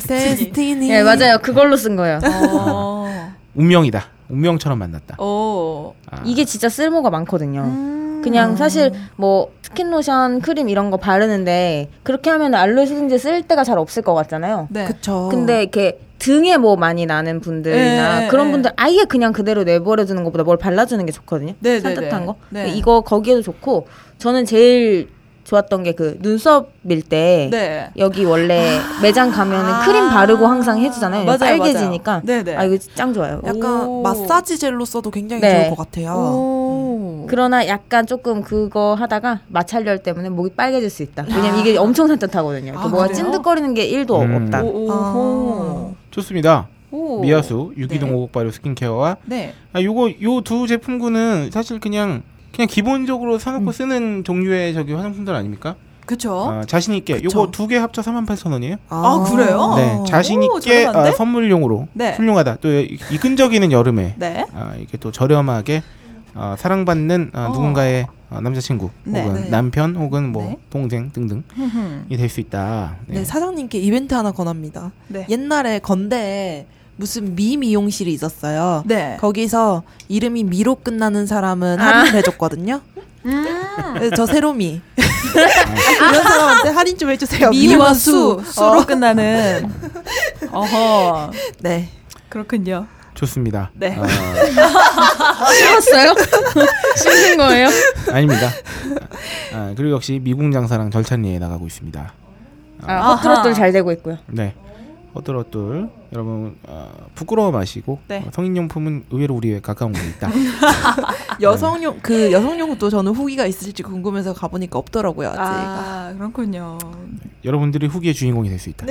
F: 데스티니.
G: 네, 맞아요. 그걸로 쓴 거예요.
E: 어.
D: 운명이다. 운명처럼 만났다.
E: 오.
D: 아,
G: 이게 진짜 쓸모가 많거든요.
E: 어. 음.
G: 그냥 사실 뭐 스킨 로션, 크림 이런 거 바르는데 그렇게 하면 알로에 수딩제 쓸 때가 잘 없을 것 같잖아요.
E: 네.
F: 그쵸.
G: 근데 이렇게 등에 뭐 많이 나는 분들이나
E: 예,
G: 그런
E: 예.
G: 분들 아예 그냥 그대로 내버려 두는 것보다 뭘 발라주는 게 좋거든요.
E: 네, 네, 네.
G: 산뜻한 거.
E: 네.
G: 이거 거기에도 좋고 저는 제일 좋았던 게 그 눈썹일 때
E: 네.
G: 여기 원래 매장 가면은
E: 아.
G: 크림 바르고 항상 해주잖아요.
E: 맞아요,
G: 빨개지니까.
E: 맞아요. 네네.
G: 아 이거 짱 좋아요.
F: 약간
E: 오.
F: 마사지 젤로 써도 굉장히
G: 네.
F: 좋을 것
D: 어.
F: 같아요.
E: 오.
G: 그러나 약간 조금 그거 하다가 마찰열 때문에 목이 빨개질 수 있다. 왜냐면 이게 엄청 산뜻하거든요.
E: 아,
G: 그 뭐가
E: 그래요?
G: 찐득거리는 게 1도
D: 음.
G: 없다.
E: 오, 오,
F: 아.
D: 좋습니다.
E: 오.
D: 어. 미아수 유기농 오곡 발효 스킨케어와
E: 네.
D: 아, 요거 요 두 제품군은 사실 그냥 그냥 기본적으로
E: 음.
D: 사놓고 쓰는 종류의 저기 화장품들 아닙니까?
E: 어? 그쵸.
D: 아, 자신 있게
F: 그쵸.
D: 요거 두 개 합쳐 38,000원이에요.
E: 아, 그래요?
D: 네, 자신
E: 오,
D: 있게
E: 저렴한데?
D: 아, 선물용으로
E: 네.
D: 훌륭하다. 또 이- 이 끈적이는 여름에
E: 네.
D: 아, 이게 또 저렴하게 아, 사랑받는 아,
E: 어.
D: 누군가의 아, 남자친구
E: 네.
D: 혹은
E: 네.
D: 남편 혹은 뭐
E: 네.
D: 동생 등등이
E: 흠흠.
D: 될 수 있다. 네.
F: 네. 사장님께 이벤트 하나 권합니다.
E: 네.
F: 옛날에 건대에 무슨 미 미용실이 있었어요.
E: 네. 아.
F: 거기서 이름이 미로 끝나는 사람은 할인을 해줬거든요.
E: 음.
F: 그래서 저 새로미 이런 사람한테 할인 좀 해주세요. 어,
E: 미와
F: 미와
E: 수. 수로 끝나는. 어허.
F: 네.
E: 그렇군요.
D: 좋습니다.
E: 네.
D: 아,
G: 심었어요? 심는 아, 거예요?
D: 아닙니다. 아, 그리고 역시 미궁 장사랑 절찬리에 나가고 있습니다.
G: 아, 헛트롯들 잘 되고 있고요.
D: 네. 어떨어떨 여러분 어, 부끄러워 마시고
E: 네.
D: 어, 성인용품은 의외로 우리에 가까운 게 있다.
F: 여성용 그 여성용도 저는 후기가 있을지 궁금해서 가보니까 없더라고요. 아직.
E: 아, 그렇군요.
D: 여러분들이 후기의 주인공이 될 수 있다.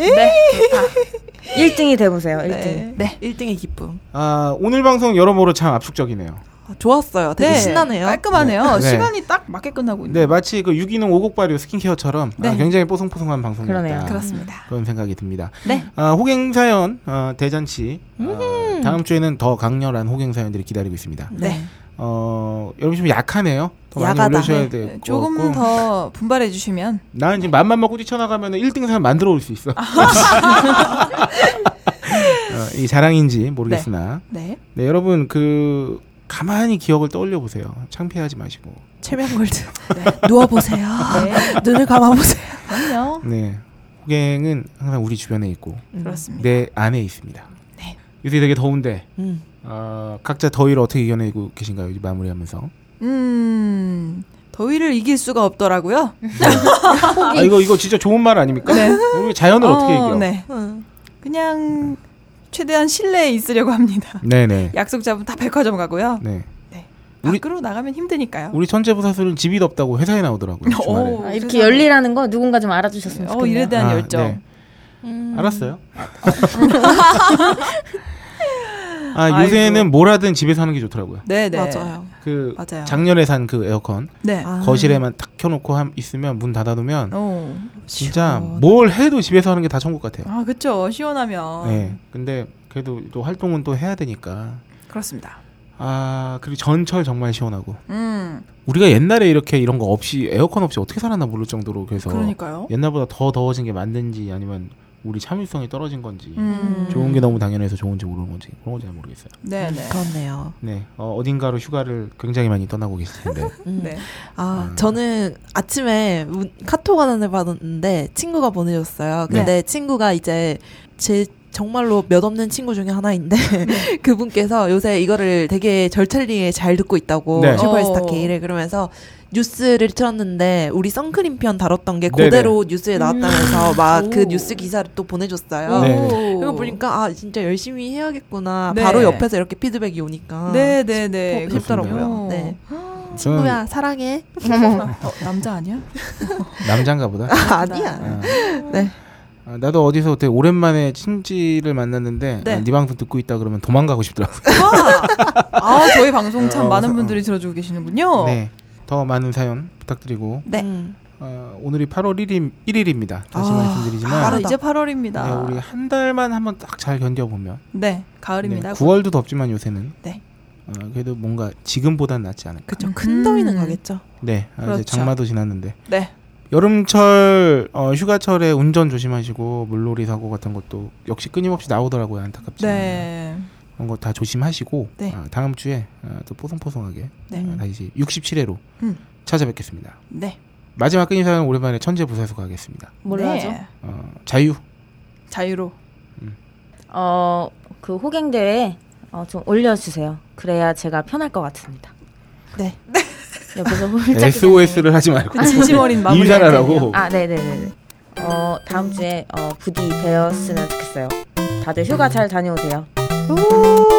G: 1등이 돼보세요. 1등.
F: 네. 1등의 기쁨.
D: 아, 오늘 방송 여러모로 참 압축적이네요.
F: 아, 좋았어요. 되게 신나네요.
E: 깔끔하네요.
D: 네.
E: 시간이 딱 맞게 끝나고 있네요.
D: 네, 마치 그 유기농 오곡 발효 스킨케어처럼 아,
E: 네.
D: 굉장히 뽀송뽀송한 방송이었다.
G: 그러네요.
E: 그렇습니다.
D: 그런 생각이 듭니다.
E: 네.
D: 아, 호갱 사연 어, 대잔치 어, 다음 주에는 더 강렬한 호갱 사연들이 기다리고 있습니다.
E: 네.
D: 어, 여러분 좀 약하네요. 더 많이
F: 야가다.
D: 올려주셔야 될 것
E: 네, 조금
D: 같고.
E: 더 분발해 주시면
D: 나는 지금 맘만 먹고 뛰쳐나가면 1등 사람 만들어 올 수 있어.
E: 아.
D: 어, 이 자랑인지 모르겠으나.
E: 네.
D: 네. 여러분, 그, 가만히 기억을 떠올려 보세요. 창피하지 마시고.
F: 체면골드. 누워 보세요.
E: 네.
F: 눈을 감아 보세요.
E: 그럼요.
D: 네. 호갱은 항상 우리 주변에 있고,
E: 그렇습니다.
D: 내 안에 있습니다.
E: 음. 네.
D: 요새 되게 더운데,
F: 음.
D: 어, 각자 더위를 어떻게 이겨내고 계신가요? 이제 마무리하면서.
E: 음. 더위를 이길 수가 없더라고요.
D: 아, 이거, 이거 진짜 좋은 말 아닙니까?
E: 네.
D: 우리 자연을 어, 떻게 이겨?
E: 네.
F: 음.
E: 그냥 최대한 실내에 있으려고 합니다.
D: 네네.
E: 약속 잡으면 다 백화점 가고요.
D: 네. 우리-
E: 밖으로 나가면 힘드니까요.
D: 우리 천재부사술은 집이 덥다고 회사에 나오더라고요. 주말에.
E: 오,
G: 아, 이렇게
E: 어, 세상에.
G: 열리라는 거 누군가 좀 알아주셨으면
E: 어,
G: 좋겠네요.
E: 이래 대한
D: 아,
E: 열정.
D: 네.
F: 음.
E: 음.
D: 알았어요. 아,
E: 아이고.
D: 요새는 뭘 하든 집에서 하는 게 좋더라고요.
E: 네, 네.
F: 맞아요.
D: 그
E: 맞아요.
D: 작년에 산 그 에어컨
E: 네.
F: 아.
D: 거실에만 탁 켜놓고 함- 있으면 문 닫아놓으면
E: 어.
D: 진짜
F: 시원하다.
D: 뭘 해도 집에서 하는 게 다 천국 같아요.
E: 아, 그쵸. 시원하면.
D: 네. 근데 그래도 또 활동은 또 해야 되니까
E: 그렇습니다.
D: 아 그리고 전철 정말 시원하고
E: 음,
D: 우리가 옛날에 이렇게 이런 거 없이 에어컨 없이 어떻게 살았나 모를 정도로 그래서
E: 그러니까요.
D: 옛날보다 더 더워진 게 맞는지 아니면 우리 참을성이 떨어진 건지
E: 음,
D: 좋은 게 너무 당연해서 좋은지 모르는 건지 그런 건 잘 모르겠어요.
E: 네, 네.
F: 그렇네요.
D: 네 어, 어딘가로 휴가를 굉장히 많이 떠나고 계실 텐데
F: 음.
E: 네.
F: 아,
D: 음.
F: 저는 아침에 문- 카톡 하나를 받았는데 친구가 보내줬어요.
E: 네.
F: 근데 친구가 이제 제 정말로 몇 없는 친구 중에 하나인데 그분께서 요새 이거를 되게 절찬리에 잘 듣고 있다고
D: 네.
F: 슈퍼스타
E: 어.
F: K를 그러면서 뉴스를 틀었는데 우리 선크림 편 다뤘던 게
D: 네네.
F: 그대로 뉴스에 나왔다면서 막 그
E: 음. 오.
F: 뉴스 기사를 또 보내줬어요.
D: 네.
F: 그거 보니까 아 진짜 열심히 해야겠구나.
E: 네.
F: 바로 옆에서 이렇게 피드백이 오니까
E: 네, 네, 네.
F: 싶- 싶더라고요.
E: 그렇군요.
F: 네. 친구야 사랑해.
E: 어, 남자 아니야?
D: 남장가 보다.
F: 아, 아니야.
D: 아.
F: 네.
D: 아, 나도 어디서 되게 오랜만에 친지를 만났는데
F: 네.
D: 네, 네 방송 듣고 있다 그러면 도망가고 싶더라고요.
E: 아, 아, 저희 방송 참
D: 어,
E: 많은
D: 어.
E: 분들이 들어주고 계시는군요.
D: 네. 더 많은 사연 부탁드리고
F: 네.
D: 어, 오늘이 8월 1일, 1일입니다. 다시
F: 아,
E: 아,
D: 말씀드리지만
F: 빠르다.
E: 이제
D: 네,
E: 8월입니다.
D: 우리 한 달만 한번 딱 잘 견뎌보면
E: 네,
D: 네,
E: 가을입니다.
D: 9월도 덥지만 요새는
F: 네.
D: 어, 그래도 뭔가 지금보단 낫지 않을까.
F: 그쵸.
E: 음.
F: 큰 더위는 가겠죠.
D: 네, 아,
E: 그렇죠.
D: 이제 장마도 지났는데
E: 네.
D: 여름철 어, 휴가철에 운전 조심하시고 물놀이 사고 같은 것도 역시 끊임없이 나오더라고요. 안타깝지만
E: 네.
D: 그런 거 다 조심하시고
E: 네.
D: 아, 다음 주에 아, 또 뽀송뽀송하게
E: 네.
D: 아, 다시 67회로
E: 음.
D: 찾아뵙겠습니다.
E: 네.
D: 마지막 끊임 사연 오랜만에 천재 부사수가 하겠습니다.
G: 뭘로
E: 네.
G: 하죠?
D: 어, 자유.
E: 자유로.
G: 어, 그 호갱대회 어, 좀 올려주세요. 그래야 제가 편할 것 같습니다.
F: 네.
G: 옆에서 홀짝
D: SOS를 하지 말고
E: 그 진심 어린 마무리.
D: 인사하라고.
G: 아, 네네네. 어, 다음 주에 어, 부디 뵈었으면 좋겠어요. 다들 휴가 잘 다녀오세요.
F: 오.